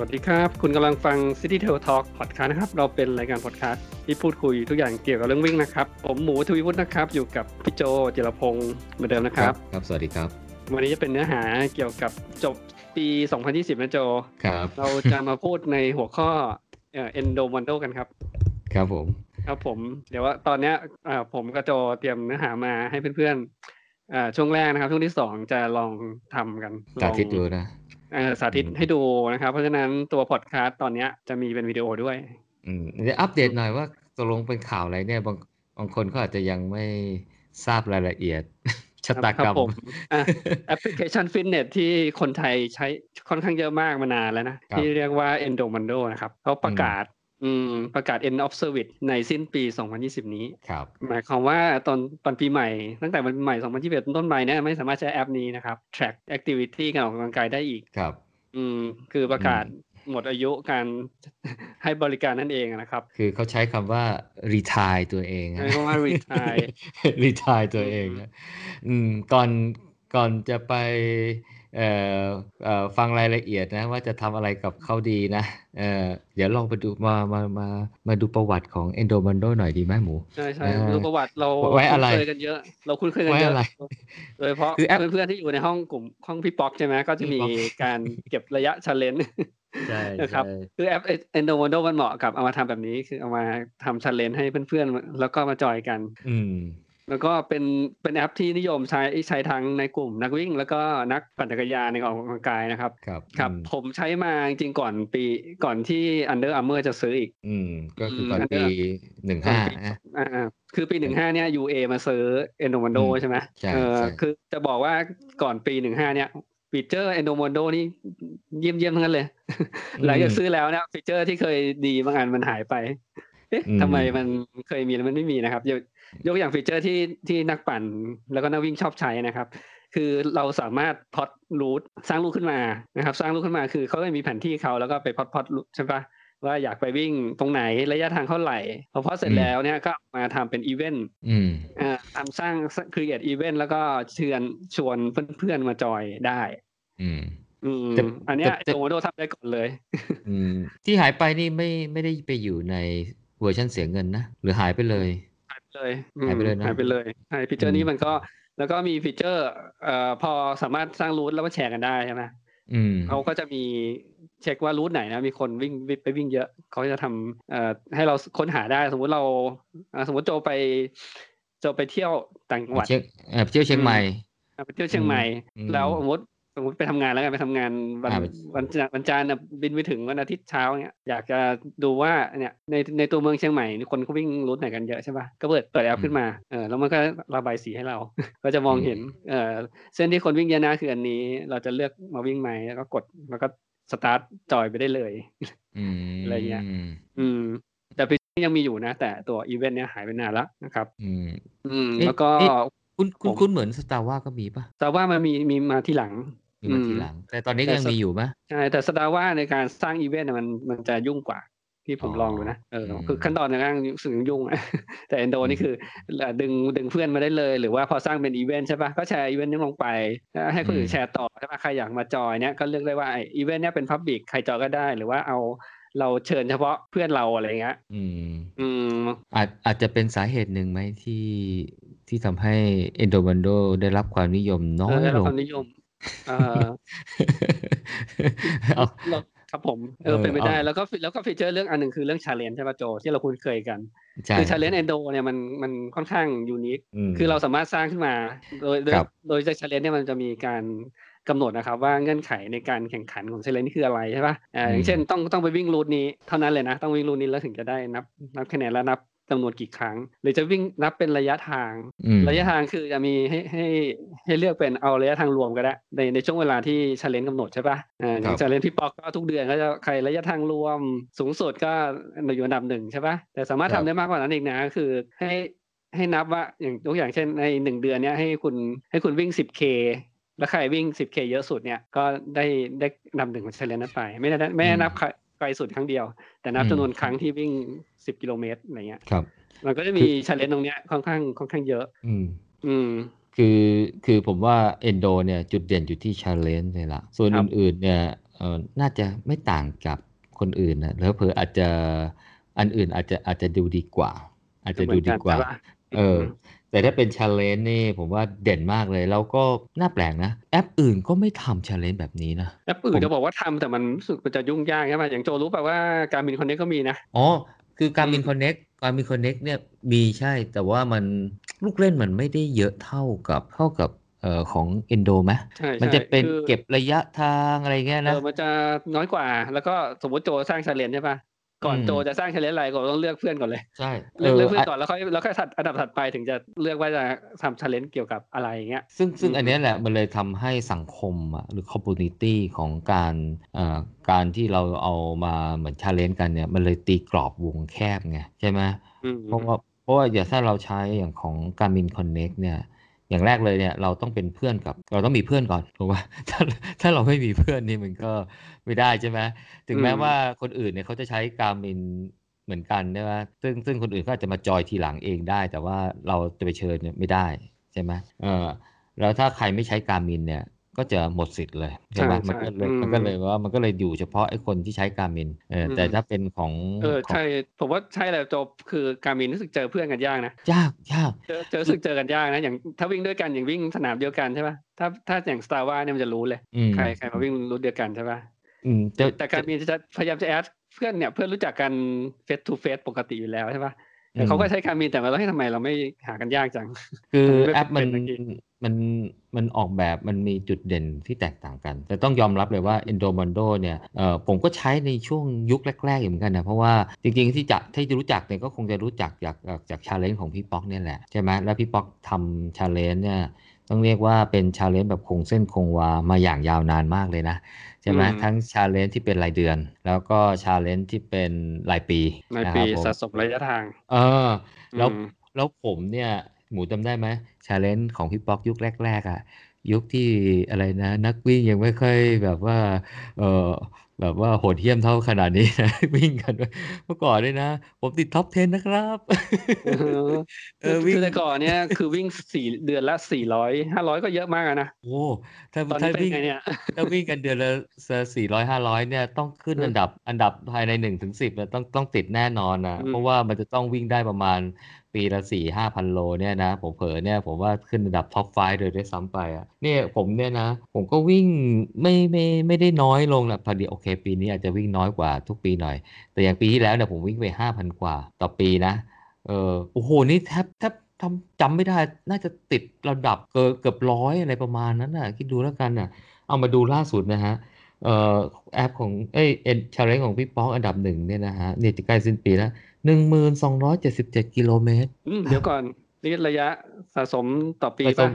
วัสดีครับ คุณกำลังฟัง City t a i l Talk Podcast นะครับ เราเป็นรายการ podcast ที่พูดคุยทุกอย่างเกี่ยวกับเรื่องวิ่งนะครับ ผมหมูทวีวุฒินะครับ อยู่กับพี่โจจิรพงศ์เหมือนเดิมนะครับ ครับ สวัสดีครับ วันนี้จะเป็นเนื้อหาเกี่ยวกับจบปี 2020 นะโจ ครับ เราจะมาพูดในหัวข้อเอ็นโดมันโดกันครับ ครับผม ครับผม เดี๋ยวว่าตอนเนี้ยเอ่อผมกับโจเตรียมเนื้อหามาให้เพื่อนๆเอ่อช่วงแรกนะครับ ช่วงที่สองจะลองทำกันล สา อง ธิตดูนะ เอ่อสาธิต อืม ให้ดูนะครับ เพราะฉะนั้นตัวพอดคาสต์ตอนเนี้ยจะมีเป็นวิดีโอด้วย อืมเดี๋ยวอัปเดตหน่อยว่าตกลงเป็นข่าวอะไรเนี่ยบางบางคนก็อาจจะยังไม่ทราบรายละเอียด ชะตากรครัรมบผมอ่ะ แอปพลิเคชันฟิตเนสที่คนไทยใช้ค่อนข้างเยอะมากมานานแล้วนะ ครับ ที่เรียกว่า Endomondo นะครับเขาประกาศอืมประกาศ end of service ในสิ้นปี 2020 นี้ ครับ หมายความว่าตอนตอนปีใหม่ ตั้งแต่วันปีใหม่ 2021เป็นต้นไปเนี่ยไม่สามารถใช้แอปนี้นะครับ track activity การออกกำลังกายได้อีก ครับ อืมคือประกาศหมดอายุการ ให้บริการนั่นเองนะครับ คือเขาใช้คำว่า retire ตัวเอง ใช้คำว่า retire รีทาย ตัวเองนะอืมก่อนก่อนจะไปเอ่อเอ่อฟังรายละเอียดนะ ว่าจะทำอะไรกับเขาดีนะเออเดี๋ยวลองไปดูมามามามาดูประวัติของ e n d o m o n d o หน่อยดีไหมหมู ใช่ใช่ เออ รู้ประวัติเรา ไว้อะไร คุ้นเคยกันเยอะ เราคุ้นเคยกันเย ไว้อะไร อะโดยเฉพาะ คือแอป เพื่อนๆที่อยู่ในห้องกลุ่มห้องพี่ป๊อกใช่ไหมก็จะมี พี่ป๊อก การเก็บระยะช l เลน g e ใช่ นะครับ คือแอปเอนโดวันโดมันเหมาะกับเอามาทำแบบนี้ คือเอามาทำช l เลน g e ให้เพื่อนๆ แล้วก็มาจอยกัน อืม แล้วก็เป็นเป็นแอปที่นิยมใช้ใช้ทั้งในกลุ่มนักวิ่ง แล้วก็นักปั่นจักรยานในออกกำลังกายนะครับ ครับ ครับ อืม ผมใช้มาจริงๆก่อนปีก่อนที่ Under Armour จะซื้ออีก อืม ก็คือตอน อันเนี้ ปี ย หนึ่งห้า อ่าๆคือปีหนึ่งห้าเนี่ย UA มาซื้อ Endomondo อืม ใช่ไหม ใช่ เออ ใช่ คือจะบอกว่าก่อนปีหนึ่งห้าเนี่ยฟีเจอร์ Endomondo นี่เยี่ยมเยี่ยมๆทั้งนั้นเลย หลังจากซื้อแล้วเนี่ยฟีเจอร์ที่เคยดีบางอันมันหายไป เอ๊ะทำไมมันเคยมีแล้วมันไม่มีนะครับยกยกอย่างฟีเจอร์ที่ที่นักปั่นแล้วก็นักวิ่งชอบใช้นะครับ คือเราสามารถพอดรูทสร้างรูทขึ้นมานะครับ สร้างรูทขึ้นมาคือเขาก็จะมีแผนที่เขาแล้วก็ไปพอดพอดใช่ปะว่าอยากไปวิ่งตรงไหนระยะทางเท่าไหร่พอพอดเสร็จแล้วเนี่ยก็มาทำเป็นอีเวนต์ อืม อ่าทำสร้างครีเอทอีเวนต์แล้วก็เชิญชวนเพื่อนๆมาจอยได้ อืม อืม แต่ อันเนี้ย แต่ โตโดทำได้ก่อนเลย อืม ที่หายไปนี่ไม่ไม่ได้ไปอยู่ในเวอร์ชันเสียเงินนะ หรือหายไปเลย หายไปเลยอืม หายไปเลยนะ หายไปเลยใช่ฟีเจอ อื ร์ ม นี้มันก็แล้วก็มีฟีเจอร์เอ่อพอสามารถสร้างรูทแล้วก็แชร์กันได้ใช่ไหม อืม เขาก็จะมีเช็คว่ารูทไหนนะ มีคนวิ่งวิ่งไปวิ่งเยอะ เขาจะทำเอ่อให้เราค้นหาได้ สมมุติเราเอ่อสมมติโจไปโจไปเที่ยวต่างจังหวัด เชียงเอ่อเที่ยวเชียงใหม่ อ่ะไปเที่ยวเชียงใหม่ อืม แล้วสมมติสมมติไปทำงานแล้วกันไปทำงานวัน อ่าไป วันจันทร์วันจันทร์น่ะบินไปถึงวันอาทิตย์เช้าเนี้ยอยากจะดูว่าเนี่ยในในตัวเมืองเชียงใหม่นี่คนเขาวิ่งรูทไหนกันเยอะใช่ปะก็เปิดเปิดแอปขึ้นมาเออแล้วมันก็ระบายสีให้เรา ก็จะมองเห็นเออเส้นที่คนวิ่งเยอะนะคืออันนี้ เราจะเลือกมาวิ่งไหมแล้วก็กดแล้วก็สตาร์ทจอยไปได้เลย อืม อะไรเงี้ย อืม แต่พิยังมีอยู่นะ แต่ตัวอีเวนต์เนี้ยหายไปนานแล้วนะครับ อืม อืม เอ๊ะ แล้วก็ เอ๊ะ คุณคุณ ผม คุณเหมือนสตาร์ว่าก็มีป่ะ แต่ว่ามันมีมีมาที่หลัง มีมาทีหลัง แต่ตอนนี้ก็ยังมีอยู่ป่ะ ใช่แต่สดาว่าในการสร้างอีเวนต์น่ะมันมันจะยุ่งกว่าที่ผม อ๋อ ลองดูนะเอออ ม คือขั้นตอนในการสึงยุ่งอะ แต่เอนโด อืม นี่คือเอ่อดึงดึงเพื่อนมาได้เลย หรือว่าพอสร้างเป็นอีเวนต์ใช่ปะก็แชร์อีเวนต์นี้ลงไปแล้วให้คนอื่นแชร์ต่อใช่ปะใครอยากมาจอยเนี้ยก็เลือกได้ว่าไอ้อีเวนต์เนี้ยเป็นพับบิกใครจอยก็ได้ หรือว่าเอาเราเชิญเฉพาะเพื่อนเราอะไรเงี้ย อืม อืม อาจอาจจะเป็นสาเหตุหนึ่งไหมที่ที่ทำให้ e n d o m o n d o ได้รับความนิยมน้อ เออยได้รั ล บ ง ความนิยมเออ เอา เราครับผมเอ เอ อ อ เป็นไปได้ เอา แล้วก็ฟีแล้วก็ฟีเจอร์เรื่องอันหนึ่งคือเรื่องชาเลนจ์ใช่ปะโจที่เราคุ้นเคยกัน ใช่ คือ challenge endo เนี่ยมันมันค่อนข้างยูนิค ม คือเราสามารถสร้างขึ้นมา โดยโดย ครับ โดยจาก challenge เนี่ยมันจะมีการกำหนดนะครับ ว่าเงื่อนไขในการแข่งขันของ challenge นี่คืออะไรใช่ปะอ่าอย่างเช่นต้องต้องไปวิ่งรูทนี้เท่านั้นเลยนะ ต้องวิ่งรูทนี้แล้วถึงจะได้นับนับคะแนนและนับจำนวนกี่ครั้ง หรือจะวิ่งนับเป็นระยะทาง อืม ระยะทางคือจะมีให้ให้ให้เลือกเป็นเอาระยะทางรวมก็ได้ ในในช่วงเวลาที่ชาเลนจ์กำหนดใช่ปะอ่าอ ครั ย่าง บ ชาเลนจ์พี่ปอกก็ทุกเดือนก็จะใครระยะทางรวมสูงสุดก็อยู่อันดับหนึ่งใช่ปะแต่สามารถทำได้มากกว่านั้นอีกนะก็คือให้ให้นับว่าอย่างยกอย่างเช่นในหนึ่งเดือนเนี้ยให้คุณให้คุณวิ่ง 10K แล้วใครวิ่ง 10K เยอะสุดเนี่ยก็ได้ได้อันดับหนึ่งของชาเลนจ์นั้นไป ไม่ได้ไม่ได้นับใครไกลสุดครั้งเดียว แต่นับจำนวนครั้งที่วิ่ง 10 กิโลเมตรอะไรเงี้ย ครับ มันก็จะมีชาเลนจ์ตรงเนี้ยค่อนข้างค่อนข้างเยอะ อืม อืม คือคือผมว่า Endo เนี่ยจุดเด่นอยู่ที่ Challenge เลยละส่วน ครับ อื่นๆเนี่ยเอ ออน่าจะไม่ต่างกับคนอื่นนะแล้วเผลออาจจะอันอื่นอาจจะอาจจะดูดีกว่า อาจจะดูดีกว่า เหมือนนใช่ปะ เออ แต่ถ้าเป็นชาเลนจ์นี่ผมว่าเด่นมากเลย แล้วก็น่าแปลกนะ แอปอื่นก็ไม่ทำชาเลนจ์แบบนี้นะ แอปอื่นจะบอกว่าทำแต่มันรู้สึกมันจะยุ่งยากใช่ไหมอย่างโจรู้แบบว่าการบินคอนเนคก็มีนะ อ๋อ คือการบิน อืม คอนเน็กการบินคอนเน็กเนี่ยมีใช่ แต่ว่ามันลูกเล่นมันไม่ได้เยอะเท่ากับเท่ากับเอ่อของเอนโดไหม ใช่ใช่ มันจะเป็น คือ เก็บระยะทางอะไรเงี้ย เอ นะ อมันจะน้อยกว่า แล้วก็สมมติโจสร้างชาเลนจ์ใช่ปะก่อน อืม โจจะสร้างชาเลนจ์อะไรก็ต้องเลือกเพื่อนก่อนเลย ใช่ เลือกเลือก เอ เพื่ อ อ อ่ะ นก่อนแล้วค่อยแล้วค่อยถัดอันดับถัดไปถึงจะเลือกว่าจะทำชาเลนจ์เกี่ยวกับอะไรอย่างเงี้ย ซึ่งซึ่ง อืม อันเนี้ยแหละมันเลยทำให้สังคมอะหรือคอมมูนิตี้ของการเอ่อการที่เราเอามาเหมือนชาเลนจ์กันเนี่ย มันเลยตีกรอบวงแคบไงใช่ไหม อืม เพราะว่าเพราะว่าอย่างถ้าเราใช้อย่างของ Garmin Connect เนี่ย อย่างแรกเลยเนี่ยเราต้องเป็นเพื่อนกับเราต้องมีเพื่อนก่อนถูกป่ะ ถ้าถ้าเราไม่มีเพื่อนนี่มันก็ไม่ได้ใช่ไหมถึงแม้ อืม ว่าคนอื่นเนี่ยเขาจะใช้ Garmin เหมือนกันใช่ไหมซึ่งซึ่งคนอื่นก็อาจจะมาจอยทีหลังเองได้ แต่ว่าเราจะไปเชิญเนี่ยไม่ได้ใช่ไหมเออแล้วถ้าใครไม่ใช้ Garmin เนี่ยก็จะหมดสิทธิ์เลยใช่ไหม ใช่ มันก็เลย ใช่ มันก็เลยว่ามันก็เลยอยู่เฉพาะไอ้คนที่ใช้ Garmin เอออ ม แต่ถ้าเป็นของ เออ ของ ใช่ผมว่าใช่แหละโจคือการบินรู้สึกเจอเพื่อนกันยากนะ ยากยาก เจอเจอรู้สึกเจอกันยากนะอย่างถ้าวิ่งด้วยกันอย่างวิ่งสนามเดียวกันใช่ป่ะถ้าถ้าอย่างสตาร์ว่าเนี่ยมันจะรู้เลย อืม ใครใครมาวิ่งรุ่นเดียวกันใช่ป่ะ อืมแต่ แต่การมีจะพยายามจะแอดเพื่อนเนี่ยเพื่อนรู้จักกันเฟสทูเฟสปกติอยู่แล้วใช่ป่ะแต่เขาก็ใช้การมีแต่ว่าเราให้ทำไมเราไม่หากันยากจัง คือ มันไม่ แอปมัน เป็นเมื่อกี้ มันมันออกแบบมันมีจุดเด่นที่แตกต่างกัน แต่ต้องยอมรับเลยว่า Endomondo เนี่ยเอ่อผมก็ใช้ในช่วงยุคแรกๆอยู่เหมือนกันนะ เพราะว่าจริงๆที่จะที่จะรู้จักเนี่ยก็คงจะรู้จักจากจากจากชาเลนจ์ของพี่ป๊อกเนี่ยแหละ ใช่ไหมแล้วพี่ป๊อกทำชาเลนจ์เนี่ยต้องเรียกว่าเป็นชาเลนจ์แบบคงเส้นคงวามาอย่างยาวนานมากเลยนะ ใช่ไหม อืม ทั้งชาเลนจ์ที่เป็นรายเดือน แล้วก็ชาเลนจ์ที่เป็นรายปี ใน นะค ปี รับผม สะสมระยะทาง เออแล้ว อืม แล้วผมเนี่ย หมูจำได้ไหมชาเลนจ์ของพี่ป๊อกยุคแรก ๆอะ่ะ ยุคที่อะไรนะ นักวิ่งยังไม่ค่อยแบบว่า เออแบบว่าโหดเหี้ยมเท่าขนาดนี้นะ วิ่งกันเมื่อก่อนด้วยนะ ผมติดท็อป 10 นะครับ เออวิ่ง คือแต่ก่อนเนี่ยคือวิ่งสี่เดือนละสี่ร้อยห้าร้อยก็เยอะมากอะนะ โอ้ถ้า ตอน ถ้า นี้เป็น วิ่ง ไงเนี่ย ถ้าวิ่งกันเดือนละสี่ร้อยห้าร้อยเนี่ยต้องขึ้น อืม อันดับอันดับภายในหนึ่งถึงสิบเนี่ยต้องต้องติดแน่นอนนะ อืม เพราะว่ามันจะต้องวิ่งได้ประมาณปีละสี่ห้าพันโลเนี่ยนะ ผมเผลอเนี่ยผมว่าขึ้นอันดับท็อปไฟเลยด้วยซ้ำไปอ่ะเนี่ยผมเนี่ยนะ ผมก็วิ่งไม่ไม่ไม่ได้น้อยลงแหละพอดีโอเค ปีนี้อาจจะวิ่งน้อยกว่าทุกปีหน่อย แต่อย่างปีที่แล้วเนี่ยผมวิ่งไปห้าพันกว่าต่อปีนะ เออโอ้โห นี่แทบแทบทำจำไม่ได้ น่าจะติดระดับเกือบเกือบร้อยอะไรประมาณนั้นน่ะ คิดดูแล้วกันน่ะ เอามาดูล่าสุดนะฮะ เอ่อแอปของเอ้ยเอ็นชาเลนของพี่ป๊อกอันดับหนึ่งเนี่ยนะฮะเนี่ยจะใกล้สิ้นปีแล้วหนึ่งหมื่นสองร้อยเจ็ดสิบเจ็ดกิโลเมตร อืมเดี๋ยวก่อนนี่ระยะสะสมต่อปี ผส ป่ะ ม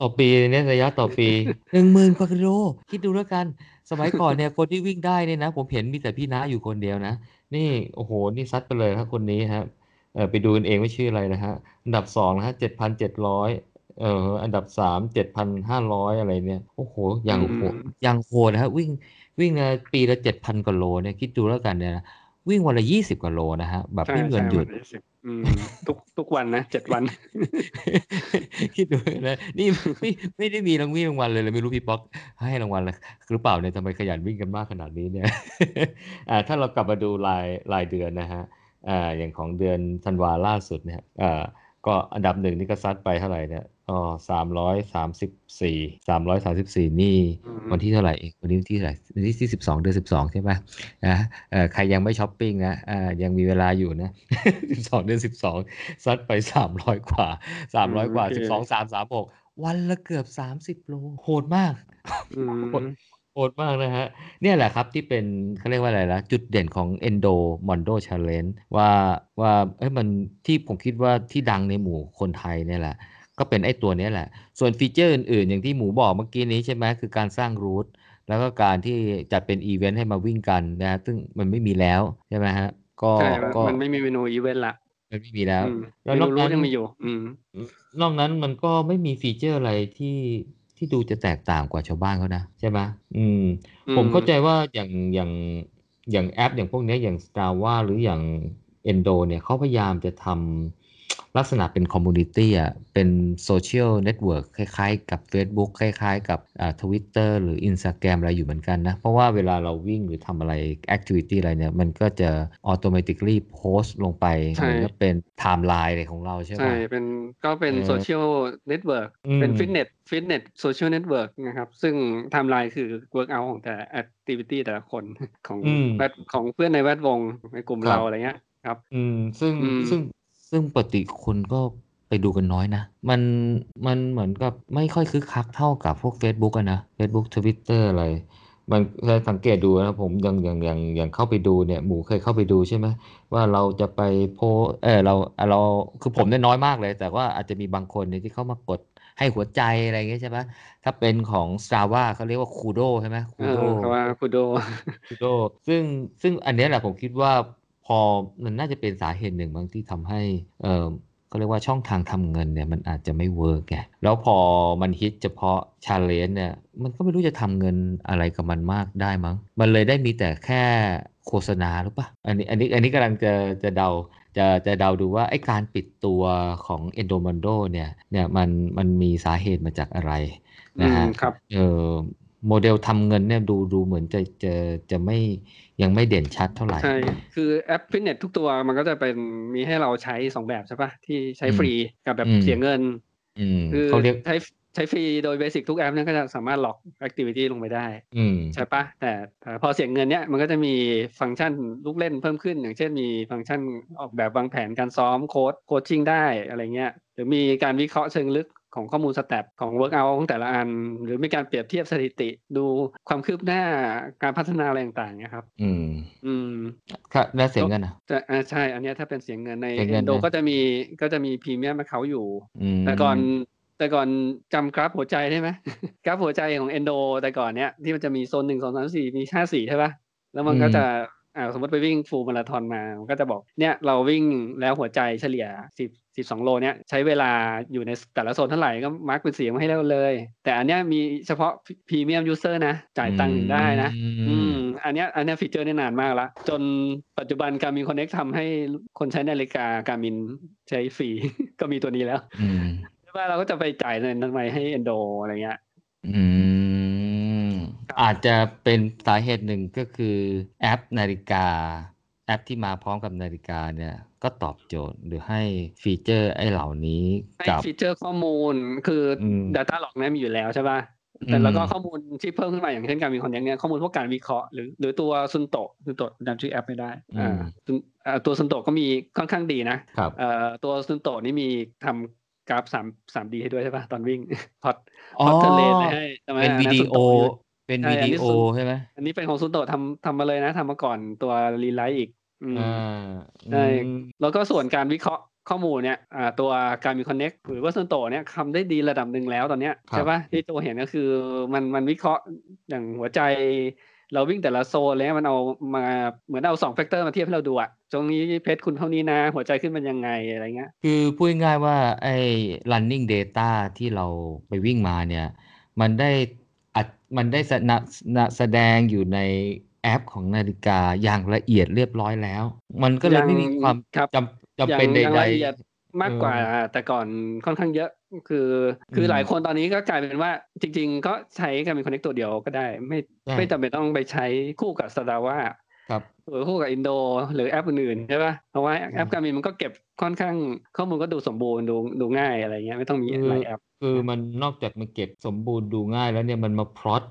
ต่อปีเนี่ยระยะต่อปี หนึ่งหมื่นกว่ากิโล คิดดูแล้วกัน สมัยก่อนเนี่ย คนที่วิ่งได้เนี่ยนะ ผมเห็นมีแต่พี่น้าอยู่คนเดียวนะ นี่โอ้โห นี่ซัดไปเลยครับคนนี้ครับเออไปดูกันเองว่าชื่ออะไรนะฮะ อันดับสองนะฮะเจ็ดพันเจ็ดร้อยเอออันดับสามเจ็ดพันห้าร้อยอะไรเนี่ยโอ้โหอย่างโหด อืม อย่างโหดนะฮะวิ่งวิ่งนะปีละเจ็ดพันกว่าโลเนี่ยคิดดูแล้วกันเนี่ยนะวิ่งวันละยี่สิบกว่าโลนะฮะแบบ ใช่ ไม่มีวั ใช่ นหยุด วันที่สิบอืม ทุกทุกวันนะเจ็ดวัน คิดดูนะนี่ ไม่ไม่ได้มีรางวีรางวัลเลยเลยไม่รู้พี่ป๊อกให้รางวัลหรือเปล่าเนี่ยทำไมขยันวิ่งกันมากขนาดนี้เนี่ย อ่าถ้าเรากลับมาดูรายรายเดือนนะฮะอ่าอย่างของเดือนธันวาล่าสุดเนี่ยอ่าก็อันดับหนึ่งนี่ก็ซัดไปเท่าไหร่เนี่ยอ๋อสามร้อยสามสิบสี่สามร้อยสามสิบสี่นี่ อืม วันที่เท่าไหร่เองวันนี้วันที่เท่าไหร่วันที่สิบสองเดือนสิบสองใช่ไหม นะเอ่อใครยังไม่ช้อปปิ้งนะอ่ายังมีเวลาอยู่นะ 12 เดือน 12 ซัดไป 300 กว่า 300 กว่า โอเค 12 3 3 6 วันละเกือบ 30 โล โหดมาก อืม โหดมากนะฮะ เนี่ยแหละครับที่เป็นเขาเรียกว่าอะไรละจุดเด่นของ Endo Mondo Challenge ว่าว่าเอ้ยมันที่ผมคิดว่าที่ดังในหมู่คนไทยเนี่ยแหละ ก็เป็นไอ้ตัวเนี้ยแหละ ส่วนฟีเจอร์อื่นๆ อย่างที่หมูบอกเมื่อกี้นี้ใช่ไหมคือการสร้างรูท แล้วก็การที่จัดเป็นอีเวนต์ให้มาวิ่งกันนะฮะซึ่งมันไม่มีแล้วใช่ไหมฮะ ก็ ใช่มัน ก็ มันไม่มีเมนูอีเวนต์ละ มันไม่มีแล้ว อืม แล้ว เม น นู อก รู้ นั้น ยังมีอยู่ อืม นอกนั้นมันก็ไม่มีฟีเจอร์อะไรที่ที่ดูจะแตกต่างกว่าชาวบ้านเขานะ ใช่ไหมอืม อื ผมเข้าใจว่าอย่างอย่างอย่างแอป อย่างพวกเนี้ยอย่าง Strava หรืออย่าง Endo เนี่ยเขาพยายามจะทำ ลักษณะเป็นคอมมูนิตี้อ่ะเป็นโซเชียลเน็ตเวิร์กคล้ายๆ กับ Facebook คล้ายๆ กับทวิตเตอร์หรือ Instagram อะไรอยู่เหมือนกันนะ เพราะว่าเวลาเราวิ่งหรือทำอะไรแอคทิวิตี้อะไรเนี่ย มันก็จะอ u t o m a t i c a l l y โพสต์ลงไป ใช่ มันก็เป็นไทม์ไลน์อะไรของเราใช่ไหม ใช่ เป็นก็เป็น เออ โซเชียลเน็ตเวิร์ก อืม เป็นฟิตเนสฟิตเนสโซเชียลเน็ตเวิร์กนะครับ ซึ่งไทม์ไลน์คือเวิร์กเอาของแต่แอคทิวิตี้แต่ละคน ของ อืม แวดของเพื่อนในแวดวงในกลุ่ม ครับ เราอะไรเงี้ยครับ อืมซึ่ง อืม ซึ่งซึ่งปกติคนก็ไปดูกันน้อยนะ มันมันเหมือนกับไม่ค่อยคึกคักเท่ากับพวก Facebook อะนะ Facebook Twitter อะไร มันถ้าสังเกตดูนะผมอย่างอย่างอย่างอย่างเข้าไปดูเนี่ยหมูเคยเข้าไปดูใช่ไหมว่าเราจะไปโพสเออเราเราคือผมเนี่ยน้อยมากเลย แต่ว่าอาจจะมีบางคนเนี่ยที่เข้ามากดให้หัวใจอะไรอย่างเงี้ยใช่ไหมถ้าเป็นของ Strava เขาเรียกว่าคูโดใช่ไหมคู เอ โด อคำว่าคุโด ยูโดซึ่งซึ่งอันเนี้ยแหละผมคิดว่าพอมันน่าจะเป็นสาเหตุหนึ่งบางที่ทำให้เออก็เรียกว่าช่องทางทำเงินเนี่ยมันอาจจะไม่เวิร์กไงแล้วพอมันฮิตเฉพาะชาเลนจ์เนี่ยมันก็ไม่รู้จะทำเงินอะไรกับมันมากได้มั้ง มันเลยได้มีแต่แค่โฆษณาหรือปะอันนี้อันนี้อันนี้กำลังจะจะเดา จะจะเดาดูว่าไอ้การปิดตัวของเอนโดมันโดเนี่ยเนี่ยมันมันมีสาเหตุมาจากอะไรนะฮะ อืมครับ เอ่อโมเดลทำเงินเนี่ยดูดูเหมือนจะจะจะไม่ยังไม่เด่นชัดเท่าไหร่ ใช่ คือแอปฟิตเนสทุกตัวมันก็จะเป็นมีให้เราใช้สองแบบใช่ปะที่ใช้ อืม ฟรีกับแบบ อืม เสียเงิน อืม คือ เขาเรียก ใช้ใช้ฟรีโดยเบสิกทุกแอปเนี่ยก็จะสามารถล็อกแอคทิวิตี้ลงไปได้ อืม ใช่ปะแต่แต่พอเสียเงินเนี้ยมันก็จะมีฟังก์ชันลูกเล่นเพิ่มขึ้น อย่างเช่นมีฟังก์ชันออกแบบวางแผนการซ้อมโค้ดโคชชิ่งได้อะไรเงี้ยหรือมีการวิเคราะห์เชิงลึกของข้อมูลสแตทของเวิร์กอัลของแต่ละอัน หรือมีการเปรียบเทียบสถิติ ดูความคืบหน้าการพัฒนาอะไรต่างๆเนะครับ อืม อืม ถ้าได้เสียเงินอ่ะ แต่อ่าใช่ อันเนี้ยถ้าเป็นเสียงเงินใน เสียเงิ เอ็ น นโด นะ ก็จะมีก็จะมีพรีเมียมเขาอยู่ อืม แต่ก่อนแต่ก่อนจำกราฟหัวใจได้ไหม กราฟหัวใจของเอนโดแต่ก่อนเนี้ยที่มันจะมีโซนหนึ่งสองสามสี่มีห้าสี่ใช่ปะแล้วมันก็จะอ่าสมมติไปวิ่งฟูลมาราธอนมา มันก็จะบอกเนี่ยเราวิ่งแล้วหัวใจเฉลี่ยสิบสิบสองโลเนี่ยใช้เวลาอยู่ในแต่ละโซนเท่าไหร่ก็มาร์กเป็นเสียงมาให้เราเลย แต่อันเนี้ยมีเฉพาะพรีเมียมยูเซอร์นะจ่ายตังค์ถึงได้นะ อื อื ม ม อันเนี้ยอันเนี้ยฟีเจอร์นี่นานมากละจนปัจจุบันการมินคอนเน็กทำให้คนใช้นาฬิกาการมินใช้ฟรี ก็มีตัวนี้แล้ว อืม ใช่ว่าเราก็จะไปจ่ายเงินทำไมให้เอนโดอะไรเงี้ย อืม อาจจะเป็นสาเหตุหนึ่งก็คือแอปนาฬิกา แอปที่มาพร้อมกับนาฬิกาเนี่ย ก็ตอบโจทย์หรือให้ฟีเจอร์ไอ้เหล่านี้ ให้ กับ ฟีเจอร์ข้อมูลคือ อืม Data หลอกเนี่ยมีอยู่แล้วใช่ป่ะ อืม แต่แล้วก็ข้อมูลที่เพิ่มขึ้นมาอย่างเช่นการมีคอนเน็กเนี่ยข้อมูลพวกการวิเคราะห์หรือหรือตัวซุนโตะซุนโตะจำชื่อแอปไม่ได้อ่า อืม ซุนอ่าตัวซุนโตะก็มีค่อนข้างดีนะ ครับ เอ่อตัวซุนโตะนี่มีทำกราฟสามสามดีให้ด้วยใช่ป่ะตอนวิ่ง พอด อ๋อ พอเทเลนให้ใช่ไหม เป็น อั วิ นั้น ดี สุ โอ โตะ เป็น ใช่ วิ อัน ดี นี้ โอ สุด ใช่ไหม อันนี้เป็นของซุนโตะทำทำมาเลยนะทำมาก่อนตัวรีไลท์อีกอืม อ่า ใช่ อืม แล้วก็ส่วนการวิเคราะห์ข้อมูลเนี่ยอ่าตัวการมีคอนเน็กหรือว่าซุนโตะเนี่ยทำได้ดีระดับหนึ่งแล้วตอนเนี้ยใช่ปะที่ตัวเห็นก็คือมันมันวิเคราะห์อย่างหัวใจ เราวิ่งแต่ละโซนแล้วมันเอามาเหมือนเอาสองแฟกเตอร์มาเทียบให้เราดูอะตรงนี้เพชรคุณเท่านี้นะ หัวใจขึ้นมันยังไงอะไรเงี้ย คือพูดง่ายๆว่าไอ้ running data ที่เราไปวิ่งมาเนี่ย มันได้อัดมันได้สนะนะแสดงอยู่ในแอปของนาฬิกาอย่างละเอียดเรียบร้อยแล้ว มันก็เลยไม่มีความ ครับ จำจำเป็น อย่างอย่างใด ละเอียดมากกว่า เออ แต่ก่อนค่อนข้างเยอะคือ คือ ม หลายคนตอนนี้ก็กลายเป็นว่าจริง ๆ ก็ใช้การเป็นคอนเน c กตัวเดียวก็ได้ ไม่ ใช่ ไม่จำเป็นต้องไปใช้คู่กับสตาร์ว่า ๆ ครับ หรือคู่กับอินโดหรือแอปอื่นๆใช่ปะ่ะเพราะว่า อืม แอปการมินมันก็เก็บค่อนข้างข้อมูลก็ดูสมบูรณ์ดูดูง่ายอะไรเงี้ยไม่ต้องมีหลายแอป คือมันนอกจากมันเก็บสมบูรณ์ดูง่ายแล้วเนี่ยมันมาพลอต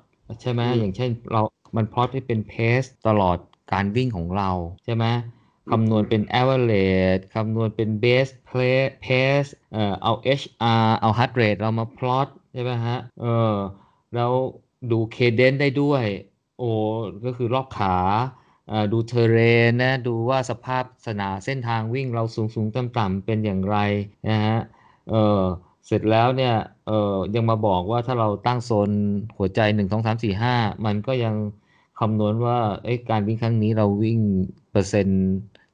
ใช่ไหม อืม อย่างเช่นเรา มันพลอตให้เป็นเพสตลอดการวิ่งของเราใช่ไหม อืม คำนวณเป็น average คำนวณเป็น base play pace เอ่อเอา HR เอา heart rate เรามาพลอตใช่ไหมฮะเออแล้วดู cadence ได้ด้วย โอ้ก็คือรอบขา เอ่อดูเทอร์เรนนะดูว่าสภาพสนามเส้นทางวิ่งเราสูงสูงต่ำต่ำเป็นอย่างไรนะฮะเออเสร็จแล้วเนี่ยเออยังมาบอกว่าถ้าเราตั้งโซนหัวใจ 1 2 3 4 5 มันก็ยังคำนวณว่าเอ้ยการวิ่งครั้งนี้เราวิ่งเปอร์เซ็นต์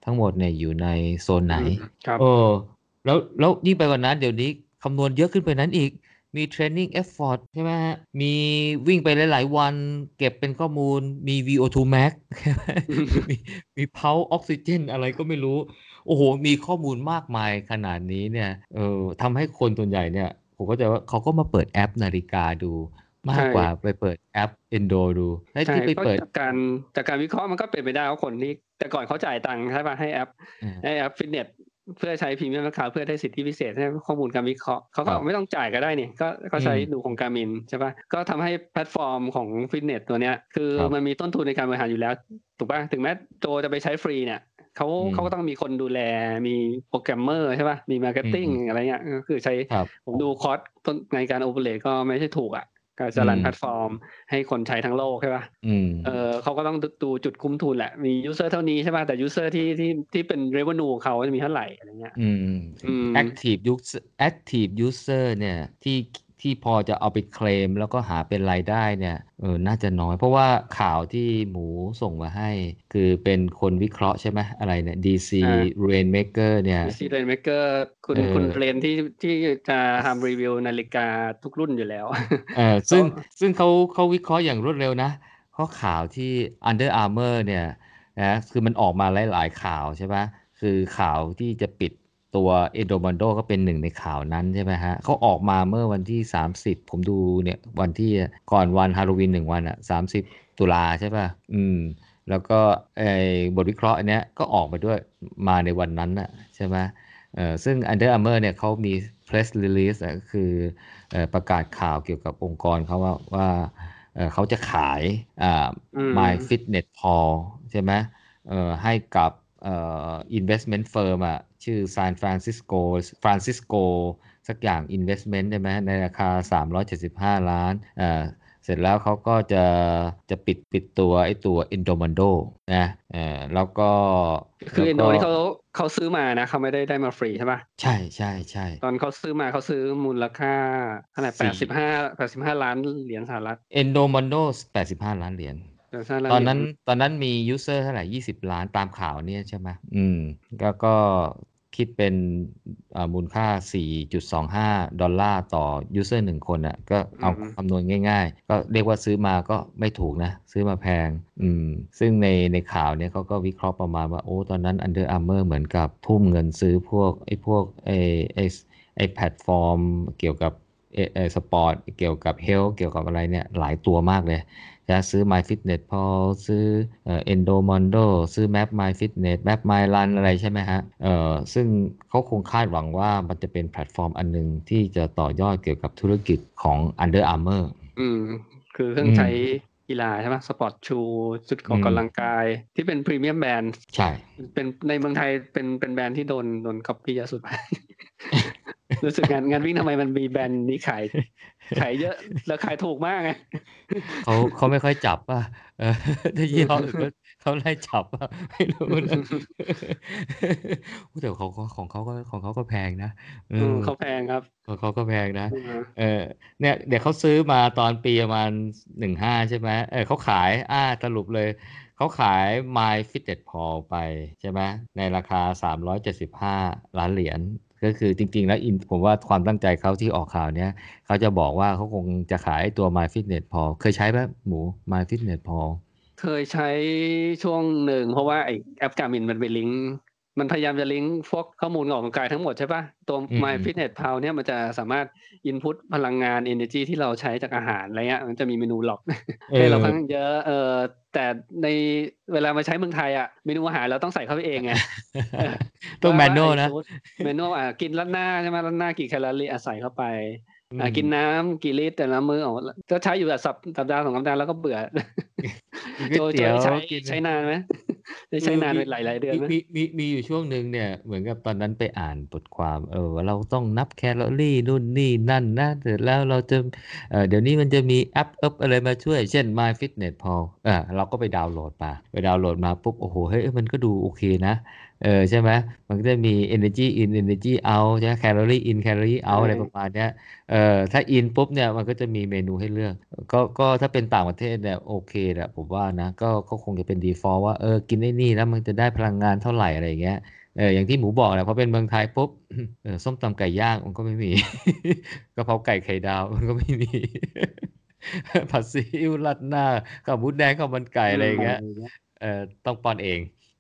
ทั้งหมดเนี่ยอยู่ในโซนไหน ครับ เออแล้วแล้วยิ่งไปกว่านั้นเดี๋ยวนี้คำนวณเยอะขึ้นไปนั้นอีกมีเทรนนิ่งเอฟฟอร์ใช่ไหมฮะมีวิ่งไปหลาย ๆ วันเก็บเป็นข้อมูลมี VO2 max มีมีเพาออกซิเจนอะไรก็ไม่รู้ โอ้โห มีข้อมูลมากมายขนาดนี้เนี่ยเออทำให้คนส่วนใหญ่เนี่ย ผมก็จะว่าเขาก็มาเปิดแอปนาฬิกาดู มากกว่าไปเปิดแอปเอนโดดูให้ ใช่ ที่ไป ก็ เปิด จากการจากการวิเคราะห์มันก็เป็นไปได้ว่าคนที่แต่ก่อนเขาจ่ายตังค์ใช่ป่ะให้แอป อืม ให้แอปฟิตเนสเพื่อใช้พรีเมียมราคาเพื่อได้สิทธิพิเศษให้ข้อมูลการวิเคราะห์เขาก็ ครับ ไม่ต้องจ่ายก็ได้นี่ก็ก็ใช้ อืม ดูของการมินใช่ป่ะก็ทำให้แพลตฟอร์มของฟิตเนสตัวเนี้ยคือ ครับ มันมีต้นทุนในการบริหารอยู่แล้วถูกป่ะถึงแม้โจจะไปใช้ฟรีเนี่ยเขา อืม เขาก็ต้องมีคนดูแลมีโปรแกรมเมอร์ใช่ป่ะมีมาร์เก็ตติ้ง อืม อะไรเงี้ยก็คือใช้ ครับ ผมดูคอร์สต้นในการโอเปเรตก็ไม่ใช่ถูกอ่ะการจะรัน อืม แพลตฟอร์ม ให้คนใช้ทั้งโลกใช่ป่ะ อืม เออเขาก็ต้องดูดูจุดคุ้มทุนแหละ มียูเซอร์เท่านี้ใช่ป่ะแต่ยูเซอร์ที่ที่ที่เป็นเรเวนูเขาจะมีเท่าไหร่อะไรเงี้ย อืม อืม active user active user เนี่ยที่ที่พอจะเอาไปเคลมแล้วก็หาเป็นรายได้เนี่ยเออน่าจะน้อย เพราะว่าข่าวที่หมูส่งมาให้ คือเป็นคนวิเคราะห์ใช่ไหมอะไรเนี่ย DC อ่า Rainmaker เนี่ย มีซีเรนเมเกอร์คุณ เออ คุณเรนที่ที่จะทำรีวิวนาฬิกาทุกรุ่นอยู่แล้ว เอ อซึ่งซึ่งเขาเขาวิเคราะห์อย่างรวดเร็วนะเพราะข่าวที่ Under Armour เนี่ยนะคือมันออกมาหลาย ๆ ข่าวใช่ไหมคือข่าวที่จะปิดตัวเอโดมันโดก็เป็นหนึ่งในข่าวนั้นใช่ไหมฮะเขาออกมาเมื่อวันที่ 30 ผมดูเนี่ยวันที่ก่อนวันฮาโลวีนหนึ่งวันอะ30 ตุลาใช่ป่ะอืม แล้วก็ไอบทวิเคราะห์อันเนี้ยก็ออกมาด้วยมาในวันนั้นอะใช่ไหมเออซึ่ง Under Armour เนี่ยเขามี press release อะคือ เอ่อประกาศข่าวเกี่ยวกับองค์กรเขาว่าว่าเอ่อเขาจะขายอ่า อืม My Fitness Pal ใช่ไหมเอ่อให้กับเอ่อ investment firm อ่ะชื่อ San Francisco Francisco สักอย่าง investment ใช่ไหมในราคา 375 ล้านเอ่อเสร็จแล้วเขาก็จะจะปิดปิดตัวไอตัว Endomando นะเอ่อแล้วก็ คือเอนโด แล้วก็ นี่เขาเขาซื้อมานะเขาไม่ได้ได้มาฟรีใช่ป่ะ ใช่ใช่ใช่ ตอนเขาซื้อมาเขาซื้อมูลค่าเท่าไหร่แปสี่ดสิบห้าแปดสิบห้าล้านเหรียญสหรัฐ Endomando 85 ล้านเหรียญ 85ล้า ตอน เหรียญ นั้นตอนนั้นมียูเซอร์เท่าไหร่20 ล้านตามข่าวเนี่ยใช่ไหมอืมก็ก็คิดเป็นอ่ามูลค่า 4.25 ดอลลาร์ต่อยูเซอร์หนึ่งคนอ่ะก็เอาคำนวณง่ายๆ ก็เรียกว่าซื้อมาก็ไม่ถูกนะ ซื้อมาแพงอืมซึ่งในในข่าวเนี่ยเขาก็วิเคราะห์ประมาณว่า โอ้ ตอนนั้น Under Armour เหมือนกับทุ่มเงินซื้อพวกไอ้พวกไอ้ไอ้ไอ้แพลตฟอร์มเกี่ยวกับเอ่อเอ่อสปอร์ตเกี่ยวกับเฮลเกี่ยวกับอะไรเนี่ยหลายตัวมากเลย จะซื้อ My Fitness Pal ซื้อเอ่อ Endomondo ซื้อ Map My Fitness Map My Run อะไรใช่ไหมฮะเอ่อซึ่งเขาคงคาดหวังว่ามันจะเป็นแพลตฟอร์มอันหนึงที่จะต่อยอดเกี่ยวกับธุรกิจของ Under Armour อืมคือเครื่องใช้กีฬาใช่ป่ะสปอร์ตชูชุดออกกำลังกายที่เป็นพรีเมียมแบรนด์ ใช่ เป็นในเมืองไทยเป็นเป็นแบรนด์ที่โดนโดนก๊อปปี้เยอะ สุด รู้สึกงานงานวิ่งทำไมมันมีแบรนด์นี้ขาย ขายเยอะแล้วขายถูกมากไง เขาเขาไม่ค่อยจับป่ะเออได้ยี่ห้ออื่นก็เขาไล่จับป่ะ ไม่รู้นะ อุ๊ยแต่เขาก็ของเขาก็ของเขาก็แพงนะเอ อืม อ เขาแพงครับ ของเขาก็แพงนะ อืม เออเนี่ยเดี๋ยวเขาซื้อมาตอนปีประมาณหนึ่งห้าใช่ไหมเออเขาขายอ่าสรุปเลย เขาขาย My Fitness Pal ไปใช่ไหมในราคา 375 ล้านเหรียญก็คือจริง ๆ แล้วอินผมว่าความตั้งใจเขาที่ออกข่าวเนี้ยเขาจะบอกว่าเขาคงจะขายตัว My Fitness Pal เคยใช้ไหมหมู My Fitness Pal เคยใช้ช่วงหนึ่งเพราะว่าไอแอปการมินมันไปลิงก์มันพยายามจะลิงก์พวกข้อมูลออกกำลังกายทั้งหมดใช่ป่ะ ตัว อืม My Fitness Pal เนี่ยมันจะสามารถอินพุตพลังงาน energy ที่เราใช้จากอาหารอะไรเงี้ยมันจะมีเมนูหลอก ให้เราค่อนข้างเยอะเออแต่ในเวลามาใช้เมืองไทยอ่ะเมนูอาหารเราต้องใส่เข้าไปเองไง เออ ต้องแมนนวลนะ เมนูอ่ะกินรัดหน้าใช่ไหมรัดหน้ากี่แคลอรี่อ่ะใส่เข้าไปอ่ะกินน้ำกี่ลิตรแต่ละมื้ออ๋อก็ใช้อยู่แบบสัปสัปดาห์สองสัปดาห์แล้วก็เบื่อ กินก๋วยเตี๋ยว ใช้ กิน ใช้นานไหมได้ใช้นานเป็นหลายหลายๆเดือนไหม มีมีมีอยู่ช่วงหนึ่งเนี่ยเหมือนกับตอนนั้นไปอ่านบทความเออว่าเราต้องนับแคลอรี่นู่นนี่นั่นนะเสร็จแล้วเราจะเออเดี๋ยวนี้มันจะมีแอปเอปอะไรมาช่วย เช่น My Fitness Pal เออเราก็ไปดาวน์โหลดมา ไปดาวน์โหลดมาปุ๊บ โอ้โหเฮ้ยเอ้ยมันก็ดูโอเคนะเออใช่ไหมมันก็จะมี energy in energy out ใช่ไหม calorie in calorie out อะไรประมาณเนี้ย เอ่อถ้าอินปุ๊บเนี่ยมันก็จะมีเมนูให้เลือกก็ก็ถ้าเป็นต่างประเทศเนี่ยโอเคแหละผมว่านะก็ก็คงจะเป็น default ว่าเออกินได้นี่แล้วมันจะได้พลังงานเท่าไหร่อะไรอย่างเงี้ยเอออย่างที่หมูบอกแหละพอเป็นเมืองไทยปุ๊บ เออส้มตำไก่ย่างมันก็ไม่มี กะเพราไก่ไข่ดาวมันก็ไม่มี ผัดซีอิ๊วราดหน้าข้าวหมูแดงข้าวมันไก่อะไรอย่างเงี้ย เอ่อต้องป้อนเอง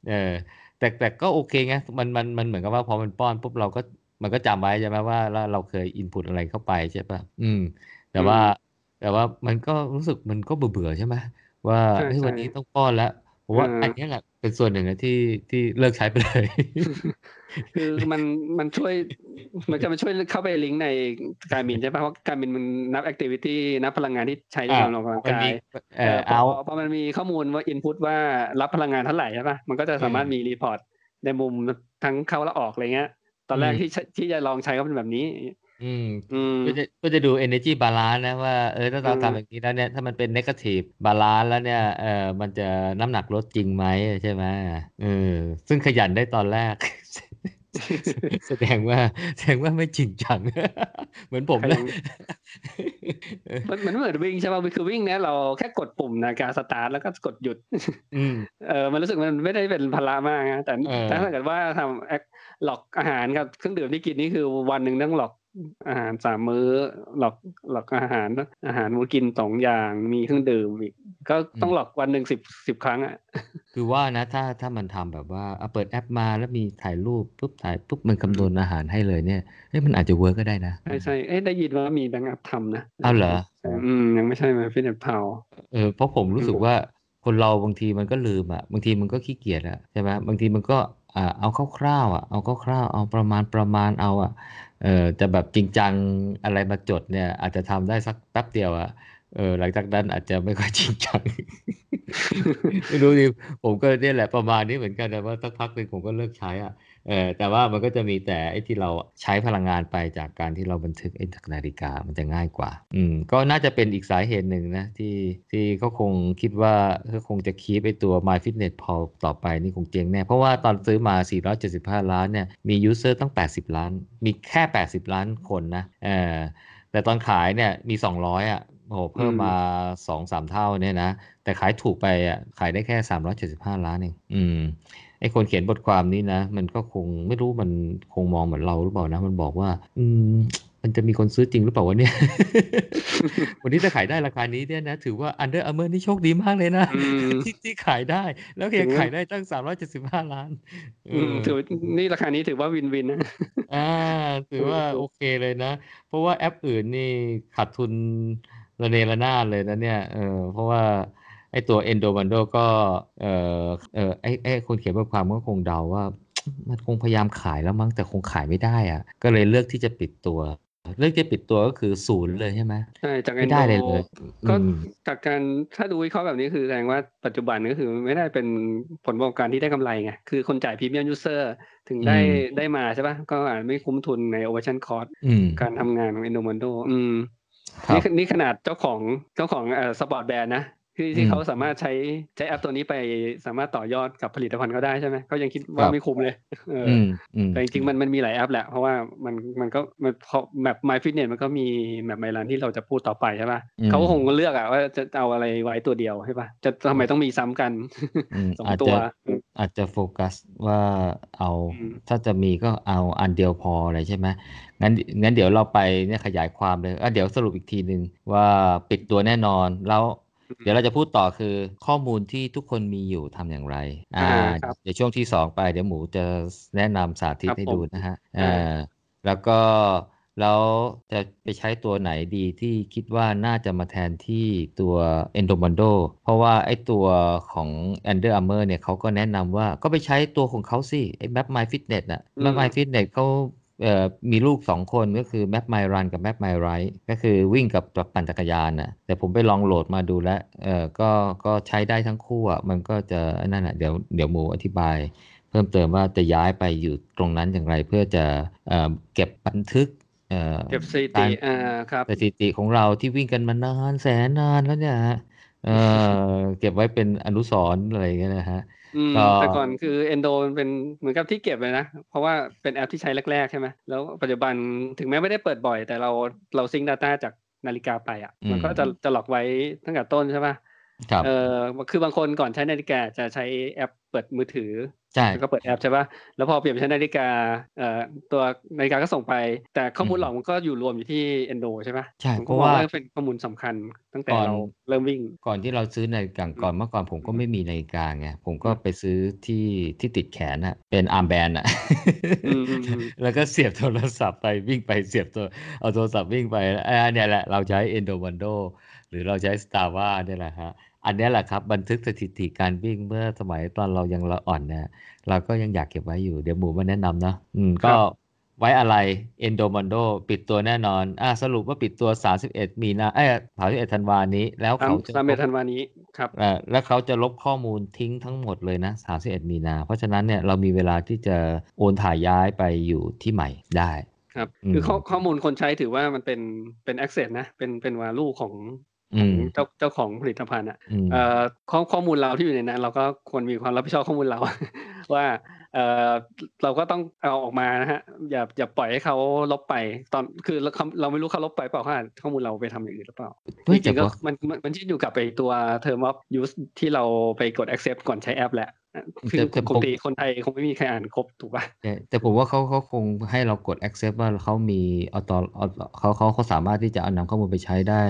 เออ แต่แต่ก็โอเคไงมันมันมันเหมือนกับว่าพอมันป้อนปุ๊บเราก็มันก็จำไว้ใช่ไหมว่าเราเราเคยอินพุตอะไรเข้าไปใช่ป่ะอืม แต่ว่า แต่ว่ามันก็รู้สึกมันก็เบื่อเบื่อใช่ไหมว่า ใช่ เฮ้ย ใช่ วันนี้ต้องป้อนแล้วผมว่า เอออั อันเนี้ยแหละเป็นส่วนหนึ่งนะที่ที่เลิกใช้ไปเลย คือมันมันช่วย มันจะมันช่วยเข้าไปลิงก์ในการมินใช่ปะเพราะการมินมันนับแอคทิวิตี้นับพลังงานที่ใช้ใน อ่า การออกกำลัง มัน กา มี ย เออ พ เอา พอมันมีข้อมูลว่าอินพุตว่ารับพลังงานเท่าไหร่ใช่ปะมันก็จะสามารถมีรีพอร์ตในมุมทั้งเข้าและออกอะไรเงี้ย ตอนแรก อืม ที่ใช้ที่จะลองใช้ก็เป็นแบบนี้ อืม อืม ก็จะก็จะดู energy balance นะว่าเออถ้าเรา อืม ทำแบบนี้แล้วเนี่ยถ้ามันเป็น negative balance แล้วเนี่ยเออมันจะน้ำหนักลดจริงไหมใช่ไหมเออซึ่งขยันได้ตอนแรก แสดงว่าแสดงว่าไม่จริงจัง เหมือนผมนะ มันมันเหมือนวิ่งใช่ปะคือวิ่งเนี้ยเราแค่กดปุ่มในาฬิการสตาร์ทแล้วก็กดหยุด อืม เออมันรู้สึกมันไม่ได้เป็นภาระมากนะแต่ เออ แต่ถ้าเกิดว่าทำแอคหลอกอาหารกับเครื่องดื่มที่กินนี่คือวันหนึ่งต้องหลอกอาหารสามมื้อหลอกหลอกอาหารอาหารมื้อกินสองอย่างมีเครื่องดื่มอีกก็ต้องหลอกวันหนึ่งสิบสิบครั้งอ่ะ คือว่านะถ้าถ้ามันทำแบบว่าเอาเปิดแอปมาแล้วมีถ่ายรูปปุ๊บถ่ายปุ๊บมันคำนวณอาหารให้เลยเนี่ยเอ้ยมันอาจจะเวิร์กก็ได้นะ ใช่ใช่เอ้ยได้ยินว่ามีแบงค์อัพทำนะ เอาเหรอ อืมยังไม่ใช่มาฟิตเนสเพา เออเพราะผมรู้สึกว่าคนเราบางทีมันก็ลืมอ่ะบางทีมันก็ขี้เกียจอ่ะใช่ไหมบางทีมันก็อ่าเอาคร่าวๆอ่ะเอาคร่าวๆเอาประมาณประมาณเอาอ่ะเออแต่แบบจริงจังอะไรมาจดเนี่ย อาจจะทำได้สักแป๊บเดียวอ่ะเออหลังจากนั้นอาจจะไม่ค่อยจริงจัง ไม่รู้ดิผมก็เนี่ยแหละประมาณนี้เหมือนกันแต่ว่าสักพักหนึ่งผมก็เลิกใช้อ่ะเออแต่ว่ามันก็จะมีแต่ไอ้ที่เราใช้พลังงานไปจากการที่เราบันทึกไอ้จากนาฬิกามันจะง่ายกว่า อืมก็น่าจะเป็นอีกสาเหตุหนึ่งนะที่ที่เขาคงคิดว่าเขาคงจะคีบไอ้ตัว My Fitness Pal ต่อไปนี่คงเจ๊งแน่ เพราะว่าตอนซื้อมา 475 ล้านเนี่ยมียูเซอร์ตั้ง 80 ล้าน มีแค่ 80 ล้านคนนะเออแต่ตอนขายเนี่ยมี 200อ่ะโอ้โหเพิ่ม อืม มา 2-3 เท่าเนี่ยนะ แต่ขายถูกไปอ่ะขายได้แค่ 375 ล้านเองอืม ไอคนเขียนบทความนี้นะ มันก็คงไม่รู้มันคงมองเหมือนเราหรือเปล่านะ มันบอกว่า อืม มันจะมีคนซื้อจริงหรือเปล่าวะเนี่ย วันนี้ถ้าขายได้ราคานี้เนี่ยนะ ถือว่า Under Armour นี่โชคดีมากเลยนะ อืม ที่ที่ขายได้ แล้วก็ยังขายได้ตั้ง 375 ล้านเอ อืม อ ถือนี่ราคานี้ถือว่าวินวินนะ อ่าถือว่าโอเคเลยนะ เพราะว่าแอปอื่นนี่ขาดทุนระเนระนาดเลยนะเนี่ยเออเพราะว่าไอตัว Endomondo ก็เออเออไอไอคนเขียนบทความก็คงเดาว่า มันคงพยายามขายแล้วมั้งแต่คงขายไม่ได้อะก็เลยเลือกที่จะปิดตัว เลือกที่จะปิดตัวก็คือศูนย์เลยใช่ไหม ใช่จาก ไม่ น ได้เลยเลย ก็ อืม จากการถ้าดูวิเคราะห์แบบนี้คือแสดงว่าปัจจุบันก็คือไม่ได้เป็นผลประกอบการที่ได้กำไรไง คือคนจ่ายพรีเมียมยูเซอร์ถึงได้ อืม ได้มาใช่ปะก็อาจไม่คุ้มทุนในโอเวอร์ชั่นคอร์ส อืม การทำงานของอินโนมันโดอืม ครับ นี่นี่ขนาดเจ้าของเจ้าของเอ่อสปอร์ตแบรนด์นะ ที่ที่ อืม เขาสามารถใช้ใช้แอปตัวนี้ไปสามารถต่อยอดกับผลิตภัณฑ์เขาได้ใช่ไหมเขายังคิด ครั ว่า บ ไม่คุ้มเลยเอออ อืมอืม แต่จริงๆมันมันมีหลายแอปแหละ เพราะว่ามันมันก็มันพอแบบ My Fitness มันก็มีแบบไมลันที่เราจะพูดต่อไปใช่ปะ อืม เขาก็คงเลือกอะว่าจะเอาอะไรไว้ตัวเดียวใช่ปะจะทำไมต้องมีซ้ำกัน อืม สอง อาจ ตั จะ ว อาจจะโฟกัสว่าเอา อืม ถ้าจะมีก็เอาอันเดียวพออะไรใช่ไหมงั้นงั้นเดี๋ยวเราไปเนี่ยขยายความเลยอ่ะเดี๋ยวสรุปอีกทีหนึ่งว่าปิดตัวแน่นอนแล้ว เดี๋ยวเราจะพูดต่อคือข้อมูลที่ทุกคนมีอยู่ทำอย่างไรอ่า อ่าครับ เดี๋ยวช่วงที่สองไปเดี๋ยวหมูจะแนะนำสาธิต ครับ ให้ ผม ดูนะฮะ อ่า อ่าแล้วก็แล้วจะไปใช้ตัวไหนดีที่คิดว่าน่าจะมาแทนที่ตัว Endomondo เพราะว่าไอ้ตัวของ Under Armour เนี่ยเขาก็แนะนำว่าก็ไปใช้ตัวของเขาสิไอ้ Map My Fitness น่ะ อืม Map My Fitness เขาเอ่อมีลูกสองคนก็คือ Map My Run กับ Map My Ride ก็คือวิ่งกับกับปั่นจักรยานน่ะแต่ผมไปลองโหลดมาดูแล้วเออก็ก็ใช้ได้ทั้งคู่อ่ะมันก็จะนั่นแหละเดี๋ยวเดี๋ยวหมูอธิบาย เพิ่มเติมว่าจะย้ายไปอยู่ตรงนั้นอย่างไรเพื่อจะเอ่อเก็บบันทึกเอ่อ เก็บสถิ กา ติ ร อ่าครับ สถิติของเราที่วิ่งกันมานานแสนนานแล้วเนี่ยฮะเอ่อ เก็บไว้เป็นอนุสรณ์อะไรอย่างเงี้ยนะฮะ อืม ก็ แต่ก่อนคือเอนโดมันเป็นเหมือนกับที่เก็บเลยนะ เพราะว่าเป็นแอปที่ใช้แรกๆใช่ไหมแล้วปัจจุบันถึงแม้ไม่ได้เปิดบ่อย แต่เราเราซิงค์ Data จากนาฬิกาไปอ่ะมันก็จะจะหลอกไว้ตั้งแต่ต้นใช่ปะ ครับ เออคือบางคนก่อนใช้นาฬิกาจะใช้แอปเปิดมือถือ ใช่ แล้วก็เปิดแอปใช่ปะแล้วพอเปลี่ยนไปใช้นาฬิกาเอ่อตัวนาฬิกาก็ส่งไป แต่ข้อมูลเหล่ามันก็อยู่รวมอยู่ที่ Endo ใช่ปะ ใช่ ผม เพ ก็ ราะ มอง ว่า ว่าเป็นข้อมูลสำคัญตั้งแต่ ก่อน เราเริ่มวิ่ง ก่อนที่เราซื้อนาฬิกาก่อนเมื่อก่อนผมก็ไม่มีนาฬิกาไงผมก็ไปซื้อที่ที่ติดแขนอะเป็นอาร์มแบนอะ อืมอืมอืม แล้วก็เสียบโทรศัพท์ไปวิ่งไปเสียบตัวเอาโทรศัพท์วิ่งไปเอ้ยอันเนี่ยแหละเราใช้ Endomondo หรือเราใช้ s t a r w a เนี่ยแหละฮะอันเนี้ยแหละครับ บันทึกสถิติการวิ่งเมื่อสมัยตอนเรายังละอ่อนเนี่ยเราก็ยังอยากเก็บไว้อยู่เดี๋ยวหมูมาแนะนำเนอะอืมก็ไว้อะไร Endomondo ปิดตัวแน่นอนอ่ะสรุปว่าปิดตัว 31 มีนาเอ้ย31ธันวานี้แล้ว สาม เขาจะ สามเมธันวานี้ครับ เอ่อแล้วเขาจะลบข้อมูลทิ้งทั้งหมดเลยนะ 31 มีนา เพราะฉะนั้นเนี่ยเรามีเวลาที่จะโอนถ่ายย้ายไปอยู่ที่ใหม่ได้ ครับ อืม คือข้อข้อมูลคนใช้ถือว่ามันเป็นเป็น access นะ เป็นเป็นวาลูของ อืม เจ้าเจ้าของผลิตภัณฑ์อ่ะ อืม เอ่อข้อข้อมูลเราที่อยู่ในนั้น เราก็ควรมีความรับผิดชอบข้อมูลเรา ว่าเอ่อเราก็ต้องเอาออกมานะฮะอย่าอย่าปล่อยให้เขาลบไปตอนคือเราเขาเราไม่รู้เขาลบไปเปล่าเขาอาจข้อมูลเราไปทำอย่างอื่นหรือเปล่า เพื่อ จริจะงๆก็มันมันมันขึ้นอยู่กับไปตัว term of use ที่เราไปกด accept ก่อนใช้แอปแหละคือปกติคนไทยคงไม่มีใครอ่านครบถูกป่ะ แต่แต่ผมว่าเขาเขาคงให้เรากด accept ว่าเขามีเอาตอเขาเขาเขาสามารถที่จะเอานำข้อมูลไปใช้ได้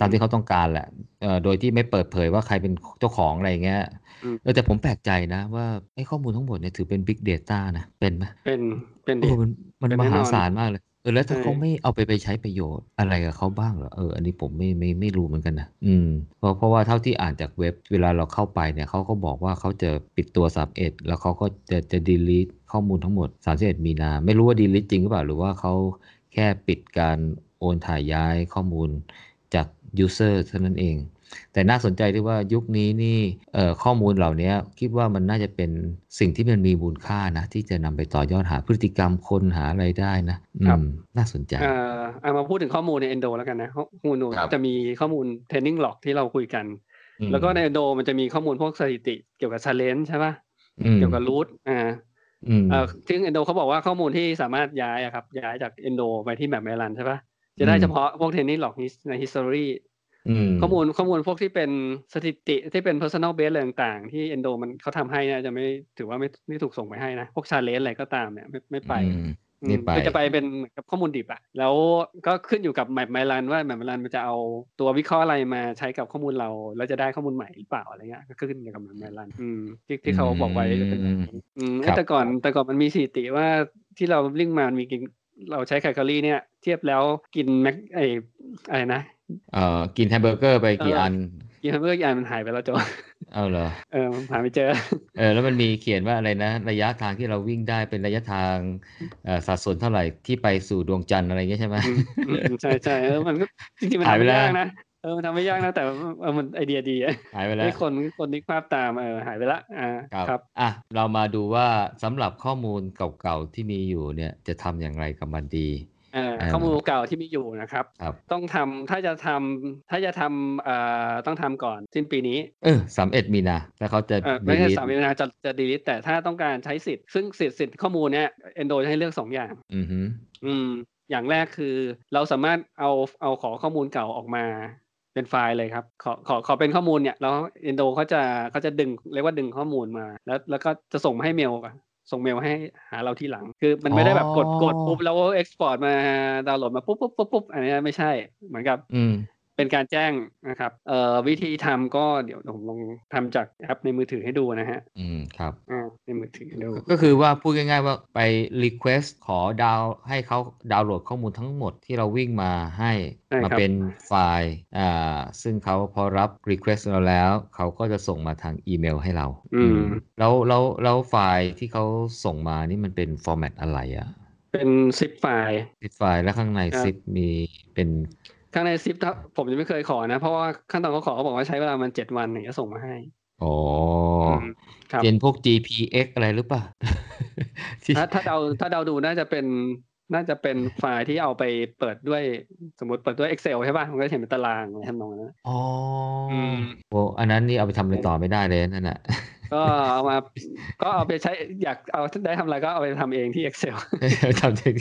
ตามที่เขาต้องการแหละเอ่อโดยที่ไม่เปิดเผยว่าใครเป็นเจ้าของอะไรอย่างเงี้ย อืม เออแต่ผมแปลกใจนะว่าไอ้ข้อมูลทั้งหมดเนี่ยถือเป็น big data นะเป็นไหม เป็นเป็น เอ ดี อมันมัน เป็น ม แน่นอน หาศาลมากเลยเออแล้วถ้า ใช่ เขาไม่เอาไปไปใช้ประโยชน์อะไรกับเขาบ้างเหรอเอออันนี้ผมไม่ไม่ไม่รู้เหมือนกันนะอืมเพราะเพราะว่าเท่าที่อ่านจากเว็บเวลาเราเข้าไปเนี่ยเขาก็บอกว่าเขาจะปิดตัวสามเอ็ดแล้วเขาก็จะจะดีลิทข้อมูลทั้งหมด3ามเอ็ดมีนา ไม่รู้ว่าดีลิทจริงหรือเปล่าหรือว่าเขาแค่ปิดการโอนถ่ายย้ายข้อมูลจากยูเซอร์เท่านั้นเอง แต่น่าสนใจที่ว่ายุคนี้นี่เอ่อข้อมูลเหล่านี้คิดว่ามันน่าจะเป็นสิ่งที่มันมีมูลค่านะ ที่จะนำไปต่อยอดหาพฤติกรรมคนหาอะไรายได้นะ อื ครับ ม น่าสนใจ เอ่อเอามาพูดถึงข้อมูลใน Endo แล้วกันนะข้อมูล ครับ จะมีข้อมูลเทรนนิ่งหลอกที่เราคุยกัน อืม แล้วก็ใน Endo มันจะมีข้อมูลพวกสถิติเกี่ยวกับ challenge ใช่ป่ะ อืม เกี่ยวกับรูทอ่า อืม เอ่อซึ่ง Endo เขาบอกว่าข้อมูลที่สามารถย้ายอะครับย้ายจาก Endo ไปที่แมปแมรันใช่ป่ะจะได้ อืม เฉพาะพวกเทรนนิ่งหลอกใน history ม ข้อมูลข้อมูลพวกที่เป็นสถิติที่เป็น personal base อะไรต่างๆ ที่ Endo มันเขาทำให้เนะจะไม่ถือว่าไม่ไม่ถูกส่งไปให้นะพวก challenge อะไรก็ตามเนี่ยไม่ไม่ไป อืม อื นี่ ม ไป มันจะไปเป็นเหมือนกับข้อมูลดิบอะแล้วก็ขึ้นอยู่กับแมปไมลันว่าแมปไมลันมันจะเอาตัววิเคราะห์อะไรมาใช้กับข้อมูลเรา แล้วจะได้ข้อมูลใหม่หรือเปล่าอะไรเงี้ยก็ขึ้นอยู่กับแมปไมลันอืมที่ที่เขาบอกไว้เป็นแบบนี้อืม ครับ แต่ก่อนแต่ก่อนมันมีสถิติว่าที่เราลิงก์มามีกินเราใช้แคลอรี่เนี่ย เทียบแล้วกินแม็กไออะไรนะ เอ่อกินแฮมเบอร์เกอร์ไปกี่ เอออั อัน กินแฮมเบอร์เกอร์อีกอันมันหายไปแล้วโจ เอาเหรอ เออหาไม่เจอ เออแล้วมันมีเขียนว่าอะไรนะ ระยะทางที่เราวิ่งได้เป็นระยะทางเอ่อสัดส่วนเท่าไหร่ที่ไปสู่ดวงจันทร์อะไรอย่างเงี้ยใช่ไหม อืมอืมใช่ใช่เออมันก็จริงๆมัน หาย ทำ ไป ไม่ แล้ว ยากนะเออมันทำไม่ยากนะแต่ว่าเออมันไอเดียดีอะ หายไปแล้ว ไอ้คนคนนึกภาพตามเออหายไปละอ่า ครับ ครับ อ่ะเรามาดูว่าสำหรับข้อมูลเก่าๆที่มีอยู่เนี่ยจะทำอย่างไรกับมันดี เอ่อ อ่า ข้อมูลเก่าที่มีอยู่นะครับ ครับ ต้องทำถ้าจะทำถ้าจะทำเอ่อต้องทำก่อนสิ้นปีนี้ เออสามเอ็ดมีนาแล้วเขาจะ เอ่อไม่ใช่ delete สามนาจะจะดีลิทแต่ถ้าต้องการใช้สิทธิ์ซึ่งสิทธิ์สิทธิ์ข้อมูลเนี้ยเอนโดจะให้เลือกสองอย่าง อือฮึ อืม อย่างแรกคือเราสามารถเอาเอาขอข้อมูลเก่าออกมาเป็นไฟล์เลยครับ ขอขอขอเป็นข้อมูลเนี่ยแล้วเอนโดเขาจะเขาจะดึงเรียกว่าดึงข้อมูลมา แล้วแล้วก็จะส่งมาให้เมลก่อนส่งเมลให้หาเราที่หลัง คือมันไม่ได้แบบกดกดปุ๊บแล้วเอ็กซ์พอร์ตมาดาวน์โหลดมาปุ๊บปุ๊บปุ๊บปุ๊บอันนี้ไม่ใช่เหมือนกับ อืม เป็นการแจ้งนะครับเอ่อวิธีทำก็เดี๋ยวผมลองทำจากแอปในมือถือให้ดูนะฮะ อืมครับ อ่าในมือถือดู ก็คือว่าพูดง่ายๆว่าไป request ขอดาวน์ให้เขาดาวน์โหลดข้อมูลทั้งหมดที่เราวิ่งมาให้ ใช่ครับ มาเป็นไฟล์อ่าซึ่งเขาพอรับ request เราแล้ว เขาก็จะส่งมาทางอีเมลให้เรา อืม แล้วแล้วแล้วไฟล์ที่เขาส่งมานี่มันเป็น format อะไรอะ เป็นซิปไฟล์ ซิปไฟล์แล้วข้างใน ครับ ซิปมีเป็น ข้างในซิปถ้าผมยังไม่เคยขอนะ เพราะว่าขั้นตอนเขาขอเขาบอกว่าใช้เวลามันเจ็ดวันถึงจะส่งมาให้ โอ้ มครับ เป็นพวก GPX อะไรหรือเปล่า ที่ ถ้าถ้าเดาถ้าเดาดูน่าจะเป็นน่าจะเป็นไฟล์ที่เอาไปเปิดด้วยสมมติเปิดด้วย Excel ใช่ป่ะมันก็จะเห็นเป็นตารางอะไรทำนองนั้นนะ อ๋ออ ม โอ้อันนั้นนี่เอาไปทำอะไรต่อไม่ได้เลยนั่นแหละ ก็เอามา ก็เอาไปใช้อยากเอาได้ทำอะไรก็เอาไปทำเองที่ Excel ทำเอง